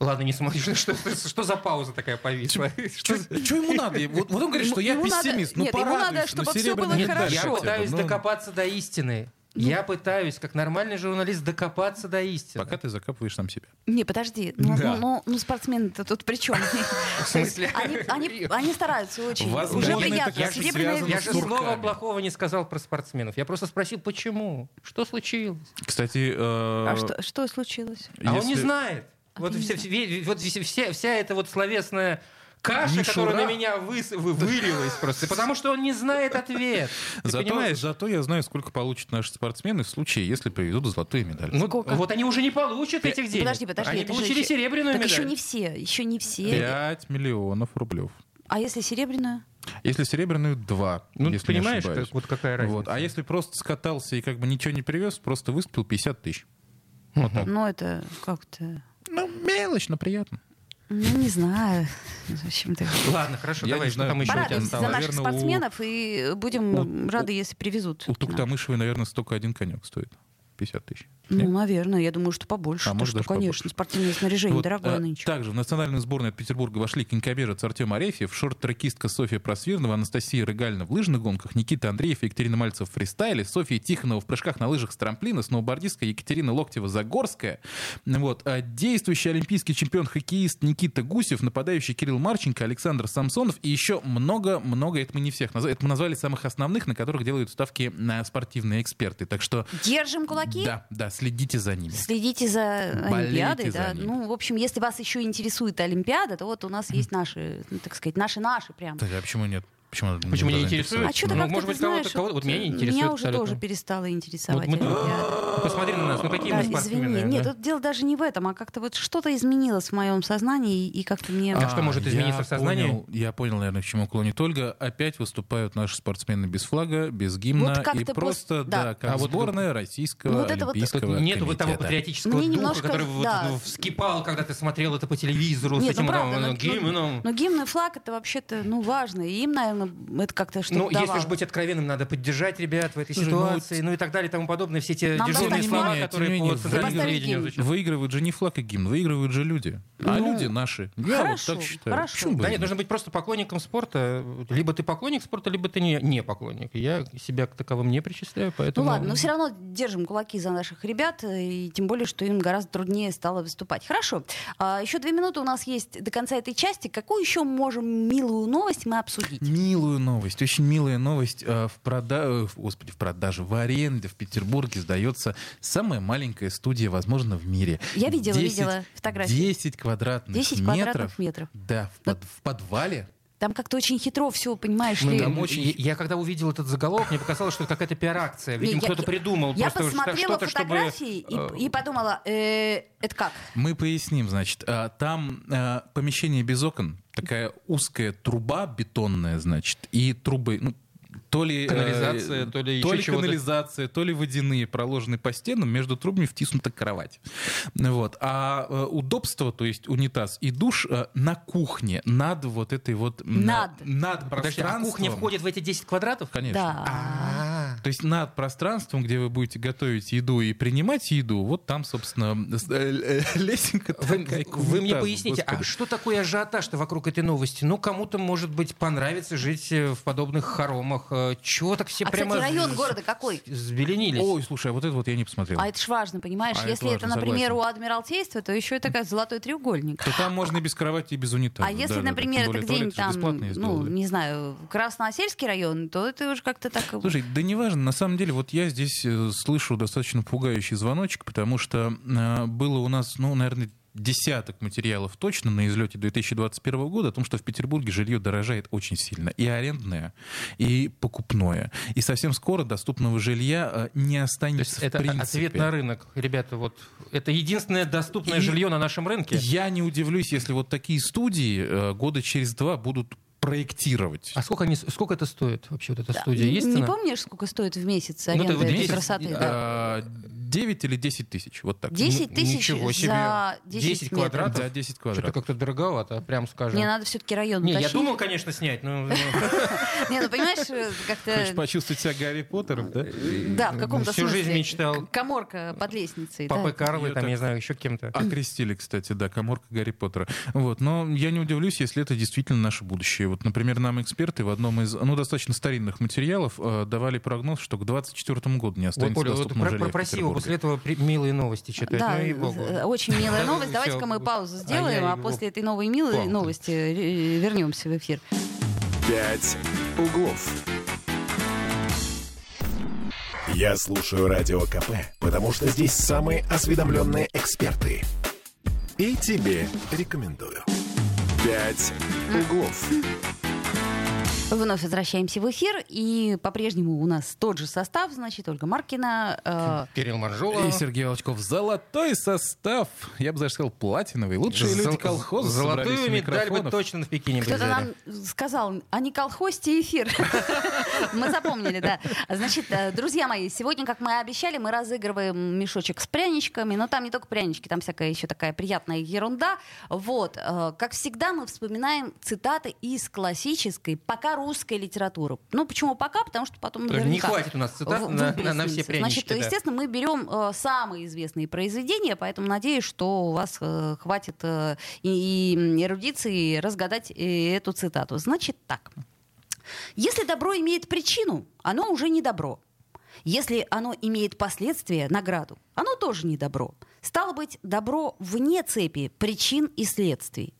[SPEAKER 3] Ладно, не смотри, что, что, что за пауза такая повисла? Что за-
[SPEAKER 4] Что ему надо? Вот, вот он говорит, что я
[SPEAKER 2] Ну, Ему надо-
[SPEAKER 4] пессимист. Ну,
[SPEAKER 2] нет, ему
[SPEAKER 4] порадуйся,
[SPEAKER 2] надо,
[SPEAKER 4] ну,
[SPEAKER 2] чтобы всё
[SPEAKER 4] серебряная
[SPEAKER 2] было
[SPEAKER 4] медаль
[SPEAKER 2] хорошо.
[SPEAKER 3] я
[SPEAKER 4] хотя бы,
[SPEAKER 3] пытаюсь
[SPEAKER 4] ну.
[SPEAKER 3] докопаться до истины. Я пытаюсь, как нормальный журналист, докопаться до истины.
[SPEAKER 4] Пока ты закапываешь сам себя.
[SPEAKER 2] Не, подожди, ну,
[SPEAKER 4] Да.
[SPEAKER 2] ну, ну, ну, спортсмены-то тут при чем?
[SPEAKER 3] В смысле?
[SPEAKER 2] Они, они- они стараются очень.
[SPEAKER 4] Возможно,
[SPEAKER 2] Уже
[SPEAKER 4] это
[SPEAKER 2] приятно.
[SPEAKER 4] как-то
[SPEAKER 2] Серебряная
[SPEAKER 4] связано
[SPEAKER 3] Я
[SPEAKER 4] с
[SPEAKER 2] вещь.
[SPEAKER 3] же
[SPEAKER 4] сурками.
[SPEAKER 3] слова плохого не сказал про спортсменов. Я просто спросил, почему? Что случилось?
[SPEAKER 4] Кстати, э,
[SPEAKER 2] А что, что случилось?
[SPEAKER 3] А он
[SPEAKER 4] если-
[SPEAKER 3] не знает. Вот,
[SPEAKER 2] ты не
[SPEAKER 3] все- все- ве- вот все- все- вся эта вот словесная каша,
[SPEAKER 4] мишура.
[SPEAKER 3] которая на меня выс- вы- вылилась просто, потому что он не знает ответ. Ты
[SPEAKER 4] Зато,
[SPEAKER 3] понимаешь?
[SPEAKER 4] зато я знаю, сколько получат наши спортсмены в случае, если привезут золотую медаль.
[SPEAKER 3] Ну,
[SPEAKER 2] Сколько?
[SPEAKER 3] вот они уже не получат этих
[SPEAKER 2] Э,
[SPEAKER 3] денег.
[SPEAKER 2] Подожди, подожди.
[SPEAKER 3] Они
[SPEAKER 2] это же
[SPEAKER 3] получили
[SPEAKER 2] еще-
[SPEAKER 3] серебряную
[SPEAKER 2] Так
[SPEAKER 3] медаль.
[SPEAKER 2] еще не все, еще не все.
[SPEAKER 4] 5 миллионов рублев.
[SPEAKER 2] А если серебряную?
[SPEAKER 4] Если серебряную, 2.
[SPEAKER 3] Ну, ты
[SPEAKER 4] если не
[SPEAKER 3] понимаешь,
[SPEAKER 4] ошибаюсь.
[SPEAKER 3] как- вот какая разница.
[SPEAKER 4] Вот. А если просто скатался и как бы ничего не привез, просто выступил 50 тысяч.
[SPEAKER 3] а
[SPEAKER 4] Вот так.
[SPEAKER 2] Ну, это как-то...
[SPEAKER 4] Ну, мелочь, но приятно.
[SPEAKER 2] Ну, не знаю. Зачем ты...
[SPEAKER 3] Ладно, хорошо,
[SPEAKER 4] Я
[SPEAKER 3] давай,
[SPEAKER 4] не
[SPEAKER 3] что
[SPEAKER 4] знаю.
[SPEAKER 3] там еще у тебя
[SPEAKER 2] Порадуемся
[SPEAKER 4] Порадуйся
[SPEAKER 2] за
[SPEAKER 3] осталось?
[SPEAKER 2] наших
[SPEAKER 4] Наверное, у-
[SPEAKER 2] спортсменов и будем
[SPEAKER 4] у-
[SPEAKER 2] рады,
[SPEAKER 4] у-
[SPEAKER 2] если привезут.
[SPEAKER 4] У
[SPEAKER 2] к нам.
[SPEAKER 4] Туктамышевой, наверное, столько один конек стоит. 50 тысяч.
[SPEAKER 2] Ну, наверное, я думаю, что побольше.
[SPEAKER 4] А
[SPEAKER 2] потому
[SPEAKER 4] может,
[SPEAKER 2] что,
[SPEAKER 4] даже
[SPEAKER 2] конечно,
[SPEAKER 4] побольше.
[SPEAKER 2] спортивное снаряжение
[SPEAKER 4] Вот,
[SPEAKER 2] дорогое
[SPEAKER 4] а,
[SPEAKER 2] нынче.
[SPEAKER 4] Также в национальную сборную от Петербурга вошли конькобежец Артем Арефьев, шорт-трекистка Софья Просвирнова, Анастасия Рыгальна в лыжных гонках, Никита Андреев, и Екатерина Мальцев в фристайле, Софья Тихонова в прыжках на лыжах с трамплина, сноубордистка Екатерина Локтева-Загорская. Вот. а действующий олимпийский чемпион-хоккеист Никита Гусев, нападающий Кирилл Марченко, Александр Самсонов и еще много-много, это мы не всех назвали, это мы назвали самых основных, на которых делают ставки на спортивные эксперты. Так что
[SPEAKER 2] Держим кулаки.
[SPEAKER 4] да, да, следите за ними.
[SPEAKER 2] Следите за
[SPEAKER 4] Болейте
[SPEAKER 2] Олимпиадой.
[SPEAKER 4] за
[SPEAKER 2] да.
[SPEAKER 4] ними.
[SPEAKER 2] Ну, в общем, если вас еще интересует Олимпиада, то вот у нас есть наши, ну, так сказать, наши-наши прям.
[SPEAKER 4] Так, а почему нет? Почему, надо
[SPEAKER 3] Почему не
[SPEAKER 4] даже
[SPEAKER 3] интересует?
[SPEAKER 2] А что то
[SPEAKER 3] Ну,
[SPEAKER 2] как-то,
[SPEAKER 3] может
[SPEAKER 2] ты
[SPEAKER 3] быть, кого-то-
[SPEAKER 2] знаешь,
[SPEAKER 3] кого-то- вот меня не
[SPEAKER 2] Меня
[SPEAKER 3] интересует
[SPEAKER 2] уже
[SPEAKER 3] абсолютно.
[SPEAKER 2] тоже перестало интересовать
[SPEAKER 3] Вот мы-
[SPEAKER 2] Олимпиада.
[SPEAKER 3] Посмотри на нас, ну какие
[SPEAKER 2] Да,
[SPEAKER 3] мы спортсмены.
[SPEAKER 2] извини. Нет,
[SPEAKER 3] да?
[SPEAKER 2] тут дело даже не в этом, а как-то вот что-то изменилось в моем сознании, и как-то мне...
[SPEAKER 3] А что может
[SPEAKER 4] я
[SPEAKER 3] измениться в сознании?
[SPEAKER 4] понял, я понял, наверное, к чему клонит Ольга. Опять выступают наши спортсмены без флага, без гимна
[SPEAKER 2] как-то
[SPEAKER 4] и
[SPEAKER 2] пос-
[SPEAKER 4] просто,
[SPEAKER 2] да. Ну,
[SPEAKER 4] да, как
[SPEAKER 3] А вот
[SPEAKER 4] сборная российского
[SPEAKER 2] Вот это вот-
[SPEAKER 4] олимпийского
[SPEAKER 3] Нету вот того
[SPEAKER 4] комитета.
[SPEAKER 3] патриотического
[SPEAKER 2] Мне
[SPEAKER 3] духа,
[SPEAKER 2] немножко,
[SPEAKER 3] который вот ну,
[SPEAKER 2] да.
[SPEAKER 3] вскипал, когда ты смотрел это по телевизору
[SPEAKER 2] Нет,
[SPEAKER 3] с этим
[SPEAKER 2] ну правда,
[SPEAKER 3] там,
[SPEAKER 2] ну,
[SPEAKER 3] э, гимном.
[SPEAKER 2] Но гимн и флаг это вообще-то ну, важно. И им, наверное, это как-то что-то
[SPEAKER 3] Ну, если
[SPEAKER 2] давало.
[SPEAKER 3] уж быть откровенным, надо поддержать ребят в этой
[SPEAKER 4] Слушай, ну вот-
[SPEAKER 3] ситуации, ну и так далее и тому подобное. Все те
[SPEAKER 2] Нам
[SPEAKER 3] дежурные
[SPEAKER 2] достаточно
[SPEAKER 3] слова,
[SPEAKER 2] мало,
[SPEAKER 3] которые
[SPEAKER 4] тем не
[SPEAKER 3] по
[SPEAKER 4] менее,
[SPEAKER 3] центральному
[SPEAKER 2] поставить
[SPEAKER 3] телевидению
[SPEAKER 2] гимн.
[SPEAKER 3] звучат.
[SPEAKER 4] Выигрывают же не флаг и гимн, выигрывают же люди. А
[SPEAKER 2] Ну,
[SPEAKER 4] люди наши. Я
[SPEAKER 2] хорошо,
[SPEAKER 4] вот так считаю.
[SPEAKER 2] хорошо.
[SPEAKER 4] Почему бы
[SPEAKER 3] Да
[SPEAKER 4] и
[SPEAKER 3] нет, нужно быть просто поклонником спорта. Либо ты поклонник спорта, либо ты не, не поклонник. Я себя к таковым не причисляю,
[SPEAKER 2] Ну
[SPEAKER 3] поэтому...
[SPEAKER 2] ладно, но все равно держим кулаки за наших ребят, э, и тем более, что им гораздо труднее стало выступать. Хорошо. еще две минуты у нас есть до конца этой части. Какую еще можем милую новость мы обсудить?
[SPEAKER 4] Милую новость, очень милая новость. Э, В прода... э, в- Господи, в продаже, в аренде в Петербурге сдается самая маленькая студия, возможно, в мире.
[SPEAKER 2] Я видела, видела фотографии.
[SPEAKER 4] 10 квадратных
[SPEAKER 2] 10
[SPEAKER 4] метров.
[SPEAKER 2] квадратных метров.
[SPEAKER 4] Да, в,
[SPEAKER 2] Ну,
[SPEAKER 4] под- в подвале.
[SPEAKER 2] Там как-то очень хитро все, понимаешь
[SPEAKER 3] Ну,
[SPEAKER 2] ли.
[SPEAKER 3] там очень- Я, я когда увидел этот заголовок, мне показалось, что это какая-то пиар-акция. Видимо,
[SPEAKER 2] Не, я-
[SPEAKER 3] кто-то
[SPEAKER 2] я-
[SPEAKER 3] придумал
[SPEAKER 2] Я
[SPEAKER 3] просто что-
[SPEAKER 2] посмотрела
[SPEAKER 3] что-то, чтобы...
[SPEAKER 2] фотографии
[SPEAKER 3] э,
[SPEAKER 2] и, и подумала, э, это как?
[SPEAKER 4] Мы поясним, значит, а, там а, помещение без окон, такая узкая труба бетонная, значит, и трубы, ну, то ли э,
[SPEAKER 3] Канализация, то ли еще чего-то.
[SPEAKER 4] канализация, то ли водяные проложены по стенам, между трубами втиснута кровать. Вот. А э, удобство, то есть унитаз и душ э, на кухне, над вот этой вот... м,
[SPEAKER 2] Над.
[SPEAKER 4] Над
[SPEAKER 3] Подожди, а
[SPEAKER 4] пространством.
[SPEAKER 3] кухня входит в эти 10 квадратов? А.
[SPEAKER 4] Конечно. А,
[SPEAKER 2] Да.
[SPEAKER 4] То есть над пространством, где вы будете готовить еду и принимать еду, вот там, собственно, с- э, э, лесенка.
[SPEAKER 3] Вы,
[SPEAKER 4] такая к
[SPEAKER 3] вы мне
[SPEAKER 4] унитазу,
[SPEAKER 3] поясните, а
[SPEAKER 4] господи.
[SPEAKER 3] что такое ажиотаж вокруг этой новости? Ну, кому-то, может быть, понравится жить э, в подобных хоромах. Э, Чего так все
[SPEAKER 2] А,
[SPEAKER 3] прямо...
[SPEAKER 2] кстати, район
[SPEAKER 3] з-
[SPEAKER 2] города какой?
[SPEAKER 3] Взбеленились.
[SPEAKER 4] Ой, слушай, а вот это вот я не посмотрел.
[SPEAKER 2] А это ж важно, понимаешь?
[SPEAKER 4] А это
[SPEAKER 2] если это,
[SPEAKER 4] важно,
[SPEAKER 2] например,
[SPEAKER 4] согласен.
[SPEAKER 2] у Адмиралтейства, то еще это как золотой треугольник.
[SPEAKER 4] То там можно и без кровати, и без унитаза.
[SPEAKER 2] А если,
[SPEAKER 4] Да, да, да. Тем
[SPEAKER 2] например, это
[SPEAKER 4] более
[SPEAKER 2] где-нибудь
[SPEAKER 4] туалет же
[SPEAKER 2] там,
[SPEAKER 4] бесплатный есть,
[SPEAKER 2] ну,
[SPEAKER 4] да, да.
[SPEAKER 2] не знаю, Красносельский район, то это уже как-то так...
[SPEAKER 4] Слушай, да неважно, на самом деле, вот я здесь э, слышу достаточно пугающий звоночек, потому что э, было у нас, ну, наверное, десяток материалов точно на излете 2021 года о том, что в Петербурге жилье дорожает очень сильно. И арендное, и покупное. И совсем скоро доступного жилья э, не
[SPEAKER 3] То
[SPEAKER 4] останется
[SPEAKER 3] есть
[SPEAKER 4] в
[SPEAKER 3] это
[SPEAKER 4] принципе.
[SPEAKER 3] ответ на рынок, ребята. Вот это единственное доступное
[SPEAKER 4] И-
[SPEAKER 3] жилье на нашем рынке.
[SPEAKER 4] Я не удивлюсь, если вот такие студии э, года через два будут проектировать.
[SPEAKER 3] А сколько они, сколько это стоит вообще вот эта а студия? Есть
[SPEAKER 2] Не
[SPEAKER 3] цена?
[SPEAKER 2] помнишь, сколько стоит в месяц
[SPEAKER 3] Ну, ты
[SPEAKER 2] аренда
[SPEAKER 3] вот
[SPEAKER 2] этой
[SPEAKER 3] месяц,
[SPEAKER 2] красоты?
[SPEAKER 3] э,
[SPEAKER 2] да?
[SPEAKER 4] А, 9 или 10 тысяч, вот так.
[SPEAKER 2] Десять? 10
[SPEAKER 3] Н-
[SPEAKER 2] тысяч
[SPEAKER 3] Ничего себе.
[SPEAKER 2] за 10 метров.
[SPEAKER 3] квадратов?
[SPEAKER 4] Да, 10
[SPEAKER 3] Что-то
[SPEAKER 4] квадратов.
[SPEAKER 3] как-то дороговато, прям скажем.
[SPEAKER 2] Мне надо все-таки район
[SPEAKER 3] Не, я
[SPEAKER 2] уточнить.
[SPEAKER 3] думал, конечно, снять, но... ну,
[SPEAKER 2] Не, ну понимаешь, э,
[SPEAKER 4] Хочешь
[SPEAKER 2] как-то...
[SPEAKER 4] почувствовать себя Гарри Поттером,
[SPEAKER 3] Э,
[SPEAKER 4] да?
[SPEAKER 2] Да, в каком-то
[SPEAKER 3] Всю
[SPEAKER 2] смысле.
[SPEAKER 3] жизнь мечтал.
[SPEAKER 2] К- Коморка под лестницей. да.
[SPEAKER 3] Папой Карлой,
[SPEAKER 4] Её
[SPEAKER 3] там,
[SPEAKER 4] так-
[SPEAKER 3] я не знаю, еще
[SPEAKER 4] А
[SPEAKER 3] кем-то.
[SPEAKER 4] Окрестили, кстати, да, коморка Гарри Поттера. Вот, но я не удивлюсь, если это действительно наше будущее. Вот, например, нам эксперты в одном из, ну, достаточно старинных материалов э, давали прогноз, что к 2024 году не
[SPEAKER 3] Вот,
[SPEAKER 4] останется
[SPEAKER 3] Оля, вот
[SPEAKER 4] доступного
[SPEAKER 3] про-
[SPEAKER 4] жилья
[SPEAKER 3] про-
[SPEAKER 4] в
[SPEAKER 3] проси его
[SPEAKER 4] Петербурге.
[SPEAKER 3] после этого при- милые новости читать.
[SPEAKER 2] Да,
[SPEAKER 3] ну и богу.
[SPEAKER 2] э, очень милая новость. Давайте-ка мы
[SPEAKER 3] Всё.
[SPEAKER 2] паузу
[SPEAKER 3] А
[SPEAKER 2] сделаем,
[SPEAKER 3] я
[SPEAKER 2] а,
[SPEAKER 3] его
[SPEAKER 2] после этой новой милой
[SPEAKER 3] помню.
[SPEAKER 2] новости э, вернемся в эфир.
[SPEAKER 1] «Пять углов». Я слушаю Радио КП, потому что здесь самые осведомленные эксперты. И тебе рекомендую. Пять углов.
[SPEAKER 2] Вновь возвращаемся в эфир, и по-прежнему у нас тот же состав, значит, Ольга Маркина, э,
[SPEAKER 3] Кирилл Маржола.
[SPEAKER 4] И Сергей Волчков. Золотой состав. Я бы даже сказал, платиновый. Лучшие
[SPEAKER 3] Зол-
[SPEAKER 4] люди колхоза собрались
[SPEAKER 3] Золотую
[SPEAKER 4] у
[SPEAKER 3] медаль бы
[SPEAKER 4] микрофонов.
[SPEAKER 3] точно в Пекине бы
[SPEAKER 2] Кто-то
[SPEAKER 3] взяли.
[SPEAKER 2] нам сказал, а не колхозьте эфир. Мы запомнили, да. Значит, э, друзья мои, сегодня, как мы и обещали, мы разыгрываем мешочек с пряничками, но там не только прянички, там всякая еще такая приятная ерунда. Вот, э, как всегда, мы вспоминаем цитаты из классической, пока русской литературы. Ну, почему пока? Потому что потом
[SPEAKER 3] Не
[SPEAKER 2] наверняка...
[SPEAKER 3] хватит у нас цитат
[SPEAKER 2] в-
[SPEAKER 3] на-
[SPEAKER 2] выбросимся.
[SPEAKER 3] на- на все прянички,
[SPEAKER 2] Значит,
[SPEAKER 3] да.
[SPEAKER 2] естественно, мы берем э, самые известные произведения, поэтому надеюсь, что у вас э, хватит э, и, и эрудиции разгадать э, эту цитату. Значит так. Если добро имеет причину, оно уже не добро. Если оно имеет последствия, награду, оно тоже не добро. Стало быть, добро вне цепи причин и следствий.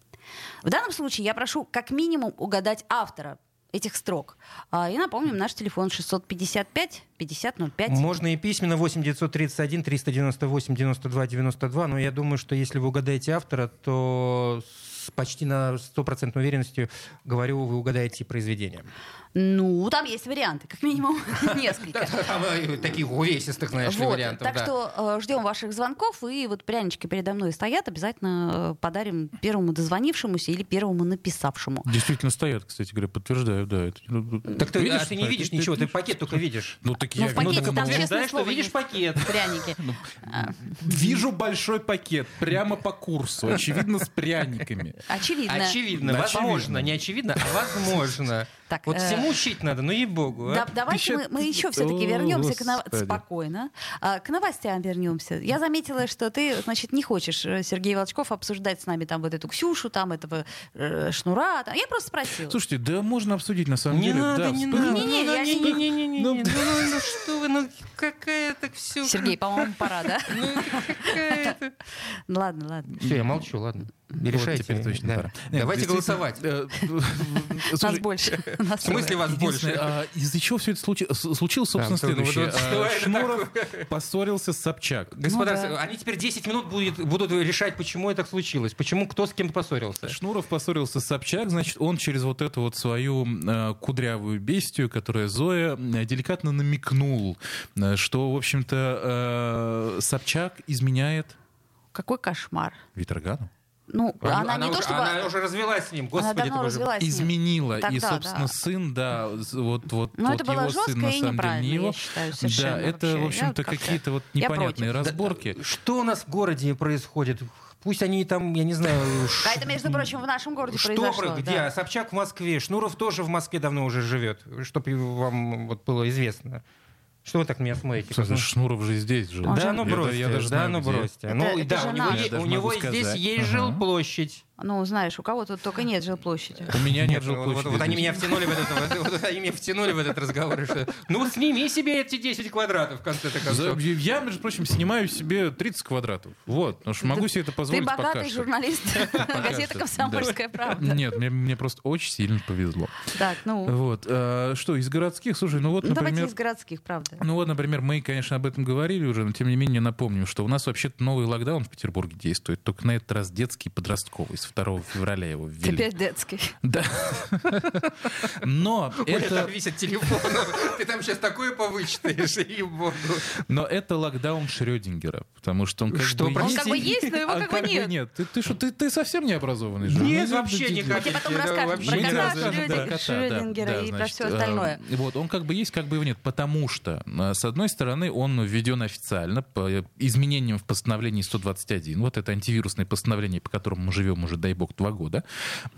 [SPEAKER 2] В данном случае я прошу как минимум угадать автора этих строк. А, и напомним, наш телефон 655 5005.
[SPEAKER 3] Можно и письменно 8 931 398 92 92, но я думаю, что если вы угадаете автора, то с почти на стопроцентной уверенностью говорю, вы угадаете и произведение.
[SPEAKER 2] Ну, там есть варианты, как минимум несколько.
[SPEAKER 3] Там э, таких увесистых, знаешь ли,
[SPEAKER 2] Вот,
[SPEAKER 3] вариантов.
[SPEAKER 2] так
[SPEAKER 3] да.
[SPEAKER 2] что ждем ваших звонков, и вот прянички передо мной стоят, обязательно э, подарим первому дозвонившемуся или первому написавшему. Ну,
[SPEAKER 5] Действительно стоят, кстати говоря, подтверждаю, да. Это, ну,
[SPEAKER 3] Так ты, а
[SPEAKER 5] видишь,
[SPEAKER 3] ты не видишь ничего, ты пакет только видишь.
[SPEAKER 5] Ну так
[SPEAKER 2] Ну,
[SPEAKER 5] я
[SPEAKER 2] в пакете
[SPEAKER 5] видел.
[SPEAKER 2] там
[SPEAKER 3] ну,
[SPEAKER 2] честное
[SPEAKER 3] знаешь, что
[SPEAKER 2] слово
[SPEAKER 3] видишь
[SPEAKER 2] есть.
[SPEAKER 3] пакет.
[SPEAKER 2] Пряники. А,
[SPEAKER 4] Вижу большой пакет прямо по курсу. Очевидно, с пряниками.
[SPEAKER 2] Очевидно.
[SPEAKER 3] Очевидно,
[SPEAKER 4] Да,
[SPEAKER 3] возможно,
[SPEAKER 4] очевидно.
[SPEAKER 3] не очевидно, а возможно.
[SPEAKER 2] Так,
[SPEAKER 3] Вот
[SPEAKER 2] э,
[SPEAKER 3] всему учить надо, ну ей-богу. а.
[SPEAKER 2] Да, давайте
[SPEAKER 5] щас-
[SPEAKER 2] мы, еще все-таки
[SPEAKER 5] О,
[SPEAKER 2] вернемся к нов-
[SPEAKER 5] Господи.
[SPEAKER 2] спокойно. А, К новостям вернемся. Я заметила, что ты, значит, не хочешь, э, Сергей Волчков, обсуждать с нами там вот эту Ксюшу, там этого э, шнура. там. Я просто спросила.
[SPEAKER 5] Слушайте, да можно обсудить на самом
[SPEAKER 3] Не
[SPEAKER 5] деле.
[SPEAKER 3] надо,
[SPEAKER 5] да,
[SPEAKER 3] не
[SPEAKER 5] вспомнил.
[SPEAKER 3] надо.
[SPEAKER 2] Не-не-не,
[SPEAKER 3] ну,
[SPEAKER 2] я
[SPEAKER 3] не-
[SPEAKER 2] не-
[SPEAKER 3] не- не- не- не-
[SPEAKER 5] Ну,
[SPEAKER 3] не. Ну, ну, ну, что вы, ну какая это все...
[SPEAKER 2] Сергей, по-моему, пора, да?
[SPEAKER 3] какая-то...
[SPEAKER 2] Ну, Ладно, ладно.
[SPEAKER 3] Все, я молчу, ладно. Решайте.
[SPEAKER 4] теперь точно
[SPEAKER 3] да.
[SPEAKER 4] пора. Нет,
[SPEAKER 3] Давайте
[SPEAKER 4] действительно,
[SPEAKER 3] голосовать.
[SPEAKER 4] э,
[SPEAKER 2] Нас
[SPEAKER 4] слушай,
[SPEAKER 2] больше. Нас
[SPEAKER 3] В смысле вас
[SPEAKER 5] Единственное,
[SPEAKER 3] больше?
[SPEAKER 5] а из-за чего все это случи- с- случилось, собственно,
[SPEAKER 3] Там, ну, вот
[SPEAKER 5] следующее.
[SPEAKER 3] вот
[SPEAKER 4] э,
[SPEAKER 5] А,
[SPEAKER 3] что это
[SPEAKER 4] Шнуров поссорился с Собчак.
[SPEAKER 3] Господа,
[SPEAKER 2] Ну да.
[SPEAKER 3] они теперь 10 минут будет, будут решать, почему это случилось, почему кто с кем поссорился.
[SPEAKER 4] Шнуров поссорился с Собчак, значит, он через вот эту вот свою э, кудрявую бестию, которая Зоя, э, деликатно намекнул, э, что, в общем-то, э, Собчак изменяет
[SPEAKER 2] Какой кошмар.
[SPEAKER 4] Виторгану.
[SPEAKER 2] Ну, она, не
[SPEAKER 3] уже,
[SPEAKER 2] то чтобы...
[SPEAKER 3] она уже развелась с ним,
[SPEAKER 2] она
[SPEAKER 3] господи,
[SPEAKER 2] давно
[SPEAKER 3] ты боже мой.
[SPEAKER 2] развелась. с ним.
[SPEAKER 4] Изменила. и,
[SPEAKER 2] Тогда,
[SPEAKER 4] собственно,
[SPEAKER 2] да.
[SPEAKER 4] сын, да, с- вот, вот,
[SPEAKER 2] Ну,
[SPEAKER 4] вот
[SPEAKER 2] это
[SPEAKER 4] его
[SPEAKER 2] было
[SPEAKER 4] сын,
[SPEAKER 2] жестко
[SPEAKER 4] на
[SPEAKER 2] и
[SPEAKER 4] самом деле,
[SPEAKER 2] неправильно,
[SPEAKER 4] не
[SPEAKER 2] я
[SPEAKER 4] его.
[SPEAKER 2] считаю,
[SPEAKER 4] Да,
[SPEAKER 2] совершенно
[SPEAKER 4] это,
[SPEAKER 2] вообще.
[SPEAKER 4] в
[SPEAKER 2] Я
[SPEAKER 4] общем-то,
[SPEAKER 2] как-то-
[SPEAKER 4] какие-то вот
[SPEAKER 2] я
[SPEAKER 4] непонятные
[SPEAKER 2] против.
[SPEAKER 4] разборки.
[SPEAKER 3] Что у нас в городе происходит? Пусть они там, я не знаю... ш-
[SPEAKER 2] А это, между прочим, в нашем городе
[SPEAKER 3] Что,
[SPEAKER 2] произошло.
[SPEAKER 3] про- где?
[SPEAKER 2] да.
[SPEAKER 3] А Собчак в Москве. Шнуров тоже в Москве давно уже живет, чтобы вам вот было известно. Что вы так меня смотрите?
[SPEAKER 5] Слушай, Шнуров же здесь жил.
[SPEAKER 2] Он
[SPEAKER 3] Да,
[SPEAKER 2] же-
[SPEAKER 5] Я-
[SPEAKER 3] ну
[SPEAKER 5] я
[SPEAKER 3] бросьте,
[SPEAKER 5] даже
[SPEAKER 3] да,
[SPEAKER 5] знаю,
[SPEAKER 3] ну
[SPEAKER 5] где.
[SPEAKER 3] бросьте.
[SPEAKER 2] Это-
[SPEAKER 3] ну,
[SPEAKER 2] это
[SPEAKER 3] да,
[SPEAKER 2] же
[SPEAKER 3] у него,
[SPEAKER 2] надо.
[SPEAKER 3] е-
[SPEAKER 4] Я даже
[SPEAKER 3] у него
[SPEAKER 4] могу
[SPEAKER 3] здесь
[SPEAKER 4] сказать.
[SPEAKER 3] есть жилплощадь.
[SPEAKER 2] Ну, знаешь, у кого-то только нет жилплощади.
[SPEAKER 5] У меня
[SPEAKER 3] Нет,
[SPEAKER 5] нет
[SPEAKER 3] вот, вот-
[SPEAKER 5] жилплощади.
[SPEAKER 3] вот они
[SPEAKER 5] здесь.
[SPEAKER 3] меня втянули в этот, вот- вот они меня втянули в этот разговор. что, ну сними себе эти 10 квадратов в конце-то
[SPEAKER 4] За-
[SPEAKER 3] концов.
[SPEAKER 4] Я, между прочим, снимаю себе 30 квадратов. Вот, потому что могу себе это
[SPEAKER 2] Ты
[SPEAKER 4] позволить пока
[SPEAKER 2] богатый
[SPEAKER 4] что.
[SPEAKER 2] журналист. Газета
[SPEAKER 4] что,
[SPEAKER 2] «Комсомольская правда».
[SPEAKER 4] Нет, мне, мне просто очень сильно повезло.
[SPEAKER 2] Так, ну,
[SPEAKER 4] Вот. а, что, из городских? Слушай, ну вот,
[SPEAKER 2] ну, давайте
[SPEAKER 4] например...
[SPEAKER 2] из городских, правда.
[SPEAKER 4] Ну вот, например, мы, конечно, об этом говорили уже, но тем не менее напомним, что у нас вообще-то новый локдаун в Петербурге действует, только на этот раз детский и подростковый, с 2 февраля его ввели.
[SPEAKER 2] Теперь детский.
[SPEAKER 4] Да. Но
[SPEAKER 3] Оля, там
[SPEAKER 4] это,
[SPEAKER 3] висят телефоны. Ты там сейчас такое повычитаешь, и богу.
[SPEAKER 4] но это локдаун Шрёдингера, потому что он как
[SPEAKER 3] Что,
[SPEAKER 4] бы...
[SPEAKER 3] прости?
[SPEAKER 2] Он как бы есть, но его
[SPEAKER 4] А
[SPEAKER 2] как бы нет.
[SPEAKER 4] нет. Ты, ты, что, ты, ты совсем не образованный же. Ну,
[SPEAKER 3] Нет, вообще не
[SPEAKER 2] Мы тебе потом
[SPEAKER 3] Да,
[SPEAKER 2] расскажем
[SPEAKER 3] вообще
[SPEAKER 2] про
[SPEAKER 3] не
[SPEAKER 2] кота
[SPEAKER 3] разу, да,
[SPEAKER 2] Шрёдингера,
[SPEAKER 4] кота,
[SPEAKER 2] Шрёдингера
[SPEAKER 4] да,
[SPEAKER 2] и про
[SPEAKER 4] значит,
[SPEAKER 2] все
[SPEAKER 4] э,
[SPEAKER 2] остальное.
[SPEAKER 4] Вот, он как бы есть, как бы его нет, потому что, э, с одной стороны, он введен официально по э, изменениям в постановлении 121, вот это антивирусное постановление, по которому мы живем уже, дай бог, два года.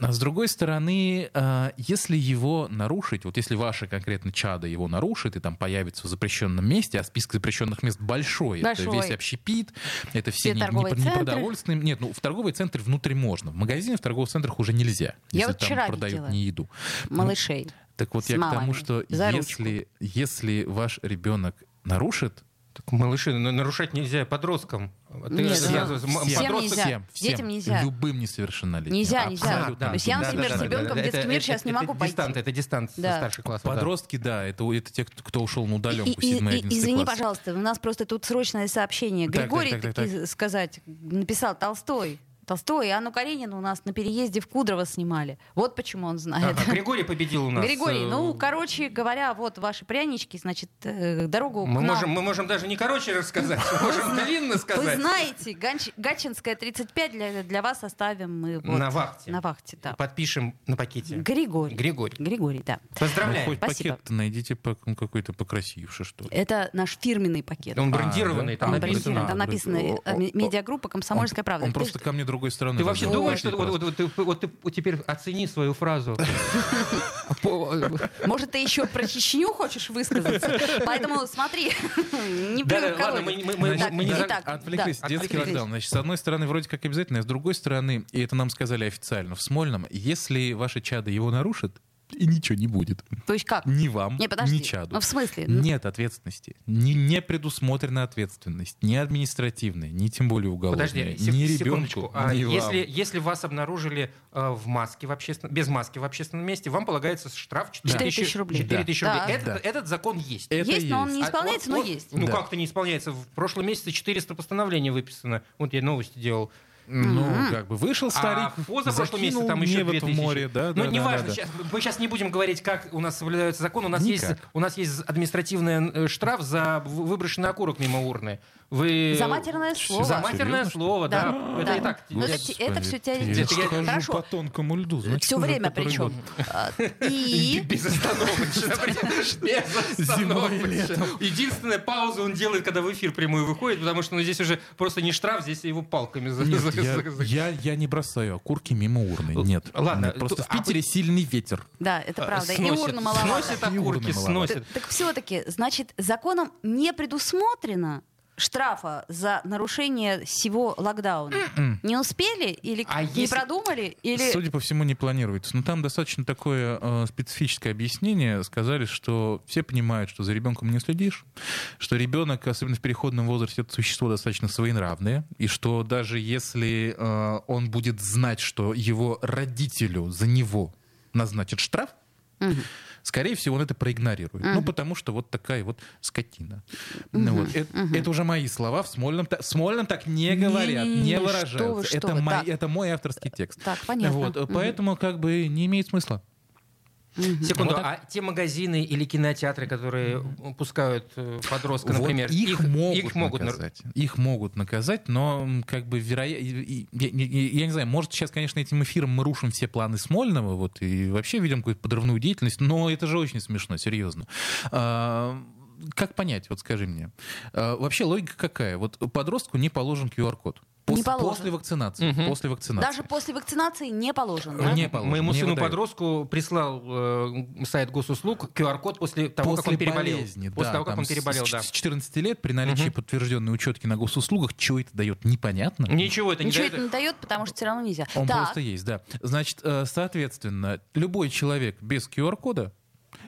[SPEAKER 4] А с другой стороны, э, если его нарушить, вот если ваше конкретно чадо его нарушит и там появится в запрещенном месте, а список запрещенных мест большой, это
[SPEAKER 2] Большой.
[SPEAKER 4] весь общепит, это все,
[SPEAKER 2] Все
[SPEAKER 4] не- не-
[SPEAKER 2] торговые
[SPEAKER 4] не
[SPEAKER 2] центры.
[SPEAKER 4] продовольственные. Нет, ну в торговые центры внутри можно, в магазины в торговых центрах уже нельзя,
[SPEAKER 2] Я
[SPEAKER 4] если
[SPEAKER 2] вот
[SPEAKER 4] там
[SPEAKER 2] вчера
[SPEAKER 4] продают
[SPEAKER 2] видела.
[SPEAKER 4] не еду. Ну,
[SPEAKER 2] Малышей.
[SPEAKER 4] так вот
[SPEAKER 2] С
[SPEAKER 4] я к
[SPEAKER 2] мамами.
[SPEAKER 4] тому, что
[SPEAKER 2] За
[SPEAKER 4] если, если ваш ребенок нарушит,
[SPEAKER 3] Так, малыши, ну, нарушать нельзя подросткам. Ты
[SPEAKER 2] Нет,
[SPEAKER 3] я-
[SPEAKER 2] да.
[SPEAKER 3] м-
[SPEAKER 4] Всем
[SPEAKER 3] подросткам-
[SPEAKER 2] нельзя.
[SPEAKER 4] всем, всем,
[SPEAKER 2] Детям нельзя.
[SPEAKER 4] любым несовершеннолетним.
[SPEAKER 2] Нельзя, нельзя.
[SPEAKER 4] абсолютно
[SPEAKER 2] То есть я,
[SPEAKER 4] любым.
[SPEAKER 2] например, с ребенком в
[SPEAKER 3] это-
[SPEAKER 2] детский
[SPEAKER 3] это-
[SPEAKER 2] мир сейчас не
[SPEAKER 3] это
[SPEAKER 2] могу пойти.
[SPEAKER 3] Дистант, это дистант со
[SPEAKER 2] Да.
[SPEAKER 3] старших классов. да.
[SPEAKER 4] Подростки, да, это, у- это те, кто, кто ушел на
[SPEAKER 2] И-
[SPEAKER 4] удаленку,
[SPEAKER 2] и-
[SPEAKER 4] 7
[SPEAKER 2] и-
[SPEAKER 4] 11
[SPEAKER 2] извини,
[SPEAKER 4] класс.
[SPEAKER 2] пожалуйста, у нас просто тут срочное сообщение.
[SPEAKER 4] Так,
[SPEAKER 2] Григорий,
[SPEAKER 4] так, так,
[SPEAKER 2] таки сказать, написал Толстой. Толстой и Анну Каренину у нас на переезде в Кудрово снимали. Вот почему он знает.
[SPEAKER 3] Ага, Григорий победил у нас.
[SPEAKER 2] Григорий,
[SPEAKER 3] э,
[SPEAKER 2] ну, короче говоря, вот ваши прянички, значит, э, дорогу
[SPEAKER 3] мы
[SPEAKER 2] к нам.
[SPEAKER 3] можем, мы можем даже не короче рассказать, мы можем длинно
[SPEAKER 2] Вы
[SPEAKER 3] сказать.
[SPEAKER 2] знаете, Ганч- Гачинская 35 для, для вас оставим мы вот
[SPEAKER 3] На вахте.
[SPEAKER 2] на вахте, да.
[SPEAKER 3] Подпишем на пакете.
[SPEAKER 2] Григорий.
[SPEAKER 3] Григорий.
[SPEAKER 2] Григорий, да.
[SPEAKER 4] Ну,
[SPEAKER 3] Поздравляем.
[SPEAKER 4] хоть
[SPEAKER 2] Спасибо.
[SPEAKER 4] пакет найдите по- ну, какой-то покрасивше, что ли.
[SPEAKER 2] Это наш фирменный пакет.
[SPEAKER 3] Он
[SPEAKER 4] А,
[SPEAKER 3] брендированный,
[SPEAKER 4] да?
[SPEAKER 3] там
[SPEAKER 2] Он
[SPEAKER 3] написано.
[SPEAKER 2] брендирован. Там написано
[SPEAKER 4] О, о,
[SPEAKER 2] э, ми- медиагруппа «Комсомольская правда».
[SPEAKER 4] Он
[SPEAKER 2] То есть
[SPEAKER 4] просто ко мне другой стороны.
[SPEAKER 3] Ты вообще
[SPEAKER 4] развернул.
[SPEAKER 3] думаешь, что вот, вот- вот ты- вот ты вот теперь оцени свою фразу.
[SPEAKER 2] Может, ты еще про Чечню хочешь высказаться? Поэтому смотри, не
[SPEAKER 3] Да,
[SPEAKER 2] прям
[SPEAKER 3] да, ладно,
[SPEAKER 2] колоть.
[SPEAKER 3] мы- мы- мы-
[SPEAKER 2] Так,
[SPEAKER 3] мы не за-
[SPEAKER 2] итак, да,
[SPEAKER 4] Отвлеклись, детский
[SPEAKER 2] отвлеклись.
[SPEAKER 4] локдаун. Значит, с одной стороны, вроде как обязательно, а с другой стороны, и это нам сказали официально в Смольном, если ваше чадо его нарушит, и ничего не будет.
[SPEAKER 2] То есть как?
[SPEAKER 4] Ни вам,
[SPEAKER 2] Не, подожди.
[SPEAKER 4] ни чаду.
[SPEAKER 2] Ну, в смысле?
[SPEAKER 4] Нет ответственности. Не, не предусмотрена ответственность. Ни административная, ни тем более уголовная.
[SPEAKER 3] Подожди,
[SPEAKER 4] ни
[SPEAKER 3] сек- секундочку.
[SPEAKER 4] ребенку,
[SPEAKER 3] А
[SPEAKER 4] ни вам.
[SPEAKER 3] если, если вас обнаружили э, в маске в общественном, без маски в общественном месте, вам полагается штраф 4000
[SPEAKER 2] 4000 рублей.
[SPEAKER 3] 4000
[SPEAKER 2] Да.
[SPEAKER 3] рублей.
[SPEAKER 2] Да.
[SPEAKER 3] Этот, этот закон есть.
[SPEAKER 4] Это
[SPEAKER 2] Есть, но он
[SPEAKER 4] есть.
[SPEAKER 2] не исполняется,
[SPEAKER 3] А,
[SPEAKER 2] но
[SPEAKER 3] вот-
[SPEAKER 2] есть.
[SPEAKER 3] Ну
[SPEAKER 4] Э, Да.
[SPEAKER 3] как-то не исполняется. В прошлом месяце 400 постановлений выписано. Вот я новости делал.
[SPEAKER 4] Ну,
[SPEAKER 2] Мгм.
[SPEAKER 4] как бы вышел старик,
[SPEAKER 3] А в позапрошлом месяце
[SPEAKER 4] закинул
[SPEAKER 3] там еще
[SPEAKER 4] небо в
[SPEAKER 3] 2000.
[SPEAKER 4] море, да,
[SPEAKER 3] Ну,
[SPEAKER 4] да, да,
[SPEAKER 3] неважно,
[SPEAKER 4] да, да.
[SPEAKER 3] щас- мы сейчас не будем говорить, как у нас соблюдается закон. У нас, есть,
[SPEAKER 4] Никак.
[SPEAKER 3] у нас есть административный э, штраф за в- выброшенный окурок мимо урны. Вы...
[SPEAKER 2] За матерное слово.
[SPEAKER 3] За матерное
[SPEAKER 4] Серьезно,
[SPEAKER 3] слово, да.
[SPEAKER 2] Да,
[SPEAKER 3] Это
[SPEAKER 2] да.
[SPEAKER 3] и так.
[SPEAKER 2] Ну, это те- это все теоретически.
[SPEAKER 3] Это я
[SPEAKER 4] Хожу
[SPEAKER 2] Хорошо.
[SPEAKER 4] по тонкому льду. значит,
[SPEAKER 2] Все
[SPEAKER 4] уже
[SPEAKER 2] время
[SPEAKER 4] который
[SPEAKER 2] причем.
[SPEAKER 4] год.
[SPEAKER 2] И
[SPEAKER 3] Безостановочно.
[SPEAKER 4] Зимой и летом.
[SPEAKER 3] Безостановочно. Единственная пауза он делает, когда в эфир прямой выходит, потому что ну, здесь уже просто не штраф, здесь его палками за-
[SPEAKER 4] Нет,
[SPEAKER 3] за-
[SPEAKER 4] я,
[SPEAKER 3] за- за-
[SPEAKER 4] я, я не бросаю окурки мимо урны. Нет.
[SPEAKER 3] Ладно,
[SPEAKER 4] Нет, Просто
[SPEAKER 3] то-
[SPEAKER 4] в Питере
[SPEAKER 3] а
[SPEAKER 4] сильный ветер.
[SPEAKER 2] да, это правда. И
[SPEAKER 3] сносит.
[SPEAKER 2] урна маловато.
[SPEAKER 3] Сносит
[SPEAKER 4] И урна
[SPEAKER 3] окурки,
[SPEAKER 4] маловато.
[SPEAKER 3] сносит.
[SPEAKER 2] Т- Так все-таки, значит, законом не предусмотрено штрафа за нарушение всего локдауна. Не успели или
[SPEAKER 3] М-м. А
[SPEAKER 2] не
[SPEAKER 3] если-
[SPEAKER 2] продумали, или
[SPEAKER 4] Судя по всему, не планируется. Но там достаточно такое э, специфическое объяснение. Сказали, что все понимают, что за ребенком не следишь, что ребенок, особенно в переходном возрасте, это существо достаточно своенравное, и что даже если э, он будет знать, что его родителю за него назначат штраф,
[SPEAKER 2] Мгм.
[SPEAKER 4] Скорее всего, он это проигнорирует. Ну, потому что вот такая вот скотина. Ну, вот. Э- Это, уже мои слова. В Смольном, та- в Смольном так не говорят, не,
[SPEAKER 2] Не-не-не, что вы,
[SPEAKER 4] выражаются.
[SPEAKER 2] что
[SPEAKER 4] это,
[SPEAKER 2] вы,
[SPEAKER 4] мои-
[SPEAKER 2] так.
[SPEAKER 4] это мой авторский текст.
[SPEAKER 2] Так, понятно.
[SPEAKER 3] э,
[SPEAKER 4] Вот,
[SPEAKER 2] Мгм.
[SPEAKER 4] Поэтому как бы не имеет смысла.
[SPEAKER 3] Секунду, а те магазины или кинотеатры, которые пускают э, подростка,
[SPEAKER 4] Вот
[SPEAKER 3] например,
[SPEAKER 4] их, могут
[SPEAKER 3] их могут нар-
[SPEAKER 4] наказать. Их могут наказать, но м, как бы вероятно... Я, я- я не знаю, может, сейчас, конечно, этим эфиром мы рушим все планы Смольного, вот, и вообще ведем какую-то подрывную деятельность, но это же очень смешно, серьезно. А, Как понять, вот скажи мне. А, Вообще логика какая? Вот подростку не положен QR-код.
[SPEAKER 2] Не
[SPEAKER 4] Пос-
[SPEAKER 2] положен.
[SPEAKER 4] После вакцинации.
[SPEAKER 3] Мгм.
[SPEAKER 4] После вакцинации.
[SPEAKER 2] даже после вакцинации не положено. да?
[SPEAKER 4] Не
[SPEAKER 3] Мне-
[SPEAKER 4] положено,
[SPEAKER 3] Моему
[SPEAKER 4] не
[SPEAKER 3] сыну
[SPEAKER 4] выдают.
[SPEAKER 3] подростку прислал э, сайт госуслуг QR-код после того, как он переболел.
[SPEAKER 4] болезни,
[SPEAKER 3] после
[SPEAKER 4] да,
[SPEAKER 3] того, как
[SPEAKER 4] там
[SPEAKER 3] он переболел,
[SPEAKER 4] с,
[SPEAKER 3] да.
[SPEAKER 4] С 14 лет при наличии
[SPEAKER 3] Мгм.
[SPEAKER 4] подтвержденной учетки на госуслугах, чего это дает, непонятно.
[SPEAKER 3] Ничего это не
[SPEAKER 2] Ничего
[SPEAKER 3] дает.
[SPEAKER 2] это не дает, потому что все равно нельзя.
[SPEAKER 4] Он
[SPEAKER 2] так,
[SPEAKER 4] просто есть, да. Значит, э, соответственно, любой человек без QR-кода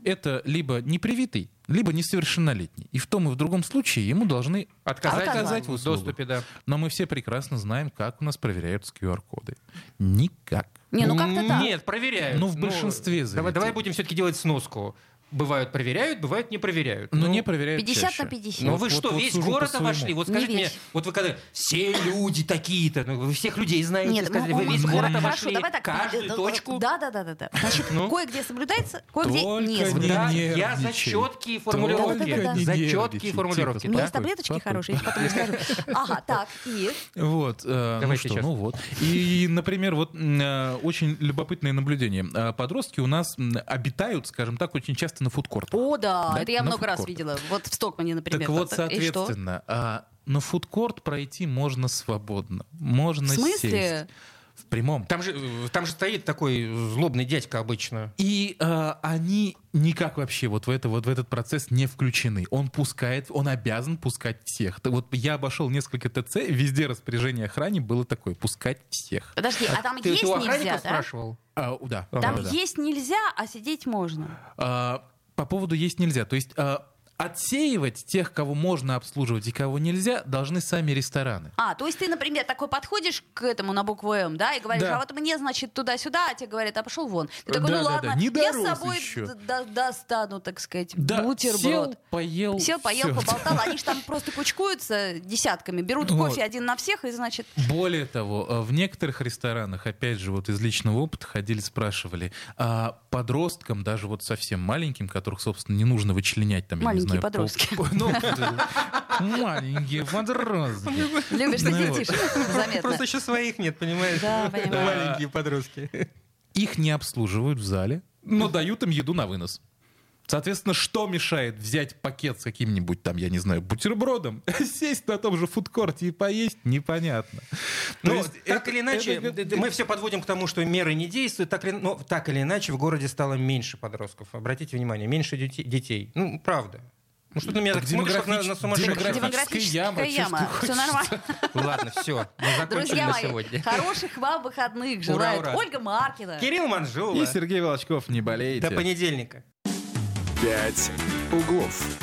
[SPEAKER 4] это либо непривитый, либо несовершеннолетний. И в том и в другом случае ему должны
[SPEAKER 3] Отказать,
[SPEAKER 4] Отказать в
[SPEAKER 3] в
[SPEAKER 4] услугах.
[SPEAKER 3] доступе, да.
[SPEAKER 4] Но мы все прекрасно знаем, как у нас проверяются QR-коды. Никак.
[SPEAKER 2] не, ну как-то так.
[SPEAKER 3] Нет, проверяют.
[SPEAKER 4] Ну, в большинстве
[SPEAKER 3] Давай,
[SPEAKER 4] заведений.
[SPEAKER 3] давай будем все-таки делать сноску. Бывают проверяют, бывают не проверяют. Ну,
[SPEAKER 4] Но не проверяют
[SPEAKER 2] 50
[SPEAKER 4] чаще.
[SPEAKER 2] на 50.
[SPEAKER 3] Ну
[SPEAKER 4] Вот-
[SPEAKER 3] вы
[SPEAKER 4] вот-
[SPEAKER 3] что,
[SPEAKER 4] вот
[SPEAKER 3] весь
[SPEAKER 4] сужу
[SPEAKER 3] город
[SPEAKER 4] по своему.
[SPEAKER 3] обошли? Вот
[SPEAKER 2] Не
[SPEAKER 3] скажите мне,
[SPEAKER 2] весь.
[SPEAKER 3] вот вы когда все люди такие-то, ну, вы всех людей знаете,
[SPEAKER 2] Нет,
[SPEAKER 3] сказали,
[SPEAKER 2] ну,
[SPEAKER 3] вы
[SPEAKER 2] ну,
[SPEAKER 3] весь
[SPEAKER 2] ну,
[SPEAKER 3] город
[SPEAKER 2] хорошо,
[SPEAKER 3] обошли,
[SPEAKER 2] давай так. ну,
[SPEAKER 3] каждую
[SPEAKER 2] Да,
[SPEAKER 3] точку.
[SPEAKER 2] Да, да, да, да, да. Значит,
[SPEAKER 3] Ну?
[SPEAKER 2] кое-где соблюдается, кое-где
[SPEAKER 4] Только
[SPEAKER 2] не
[SPEAKER 4] не
[SPEAKER 2] соблюдается.
[SPEAKER 3] Да, я
[SPEAKER 4] нервничай.
[SPEAKER 3] за четкие формулировки.
[SPEAKER 2] Да-да-да-да.
[SPEAKER 4] Не
[SPEAKER 3] За
[SPEAKER 4] нервничай, типа.
[SPEAKER 3] четкие
[SPEAKER 4] тихо,
[SPEAKER 3] формулировки.
[SPEAKER 2] У меня есть
[SPEAKER 4] Папа,
[SPEAKER 2] таблеточки
[SPEAKER 4] папа.
[SPEAKER 2] хорошие, я потом расскажу. Ага, так, и...
[SPEAKER 4] Вот, э, ну
[SPEAKER 3] Давайте
[SPEAKER 4] что,
[SPEAKER 3] сейчас.
[SPEAKER 4] ну вот. И, например, вот м, э, очень любопытное наблюдение. Э, Подростки у нас м, обитают, скажем так, очень часто на фудкортах.
[SPEAKER 2] О, да,
[SPEAKER 4] Да,
[SPEAKER 2] это я
[SPEAKER 4] на
[SPEAKER 2] много раз
[SPEAKER 4] фудкорт.
[SPEAKER 2] видела. Вот в Стокмане, например.
[SPEAKER 4] так вот,
[SPEAKER 2] и что?
[SPEAKER 4] соответственно, а, на фудкорт пройти можно свободно. Можно
[SPEAKER 2] В смысле?
[SPEAKER 4] сесть. В прямом.
[SPEAKER 3] Там же, э, там же стоит такой злобный дядька обычно.
[SPEAKER 4] И э, они никак вообще вот в, это, вот в этот процесс не включены. Он пускает, он обязан пускать всех. Т- Вот я обошел несколько ТЦ, везде распоряжение охране было такое, пускать всех.
[SPEAKER 2] Подожди, а там
[SPEAKER 3] Ты
[SPEAKER 2] есть
[SPEAKER 3] ты у охранника
[SPEAKER 2] нельзя, да?
[SPEAKER 3] спрашивал?
[SPEAKER 4] А, да.
[SPEAKER 2] Там
[SPEAKER 4] да, да.
[SPEAKER 2] есть нельзя, а сидеть можно.
[SPEAKER 4] А, По поводу есть нельзя. То есть а, отсеивать тех, кого можно обслуживать и кого нельзя, должны сами рестораны.
[SPEAKER 2] А, то есть ты, например, такой подходишь к этому на букву М, да, и говоришь,
[SPEAKER 4] Да.
[SPEAKER 2] а вот мне, значит, туда-сюда, а тебе говорят, а пошел вон. Ты такой,
[SPEAKER 4] Да,
[SPEAKER 2] ну
[SPEAKER 4] да,
[SPEAKER 2] ладно,
[SPEAKER 4] да, не
[SPEAKER 2] я с
[SPEAKER 4] дорос
[SPEAKER 2] собой
[SPEAKER 4] еще».
[SPEAKER 2] д- до- достану, так сказать,
[SPEAKER 4] Да,
[SPEAKER 2] бутерброд.
[SPEAKER 4] сел, поел.
[SPEAKER 2] Сел, поел,
[SPEAKER 4] всё.
[SPEAKER 2] поболтал, они же там просто кучкуются десятками, берут
[SPEAKER 4] Вот.
[SPEAKER 2] кофе один на всех, и значит,
[SPEAKER 4] Более того, э, в некоторых ресторанах, опять же, вот из личного опыта ходили, спрашивали, а подросткам, даже вот совсем маленьким, которых, собственно, не нужно вычленять там, я не
[SPEAKER 2] Маленькие
[SPEAKER 4] знаю, по-
[SPEAKER 2] подростки.
[SPEAKER 4] по- ну, маленькие подростки.
[SPEAKER 2] любишь ты
[SPEAKER 4] Ну вот.
[SPEAKER 2] детишек, заметно.
[SPEAKER 3] Просто еще своих нет, понимаешь?
[SPEAKER 2] ну, Да, понимаю.
[SPEAKER 3] Маленькие подростки.
[SPEAKER 4] Их не обслуживают в зале, но дают им еду на вынос. Соответственно, что мешает взять пакет с каким-нибудь там, я не знаю, бутербродом, сесть на том же фудкорте и поесть, непонятно. То
[SPEAKER 3] Ну,
[SPEAKER 4] есть
[SPEAKER 3] так
[SPEAKER 4] это-
[SPEAKER 3] или иначе,
[SPEAKER 4] это-
[SPEAKER 3] д- д- мы все подводим к тому, что меры не действуют. Так или, но, так или иначе, в городе стало меньше подростков. Обратите внимание, меньше дюти- детей. Ну, правда. Ну, что ты на меня так смотришь, как на, на
[SPEAKER 4] демографич-
[SPEAKER 3] сумасшедшего?
[SPEAKER 4] Демографическая яма,
[SPEAKER 2] Демографическая яма,
[SPEAKER 4] чувствую,
[SPEAKER 2] все нормально.
[SPEAKER 3] Ладно, все, мы закончили
[SPEAKER 2] Друзья
[SPEAKER 3] на
[SPEAKER 2] мои,
[SPEAKER 3] сегодня.
[SPEAKER 2] хороших вам выходных желает
[SPEAKER 3] ура.
[SPEAKER 2] Ольга Маркина.
[SPEAKER 3] Кирилл Манжула.
[SPEAKER 4] И Сергей Волочков, не болейте.
[SPEAKER 3] До понедельника.
[SPEAKER 1] «Пять углов».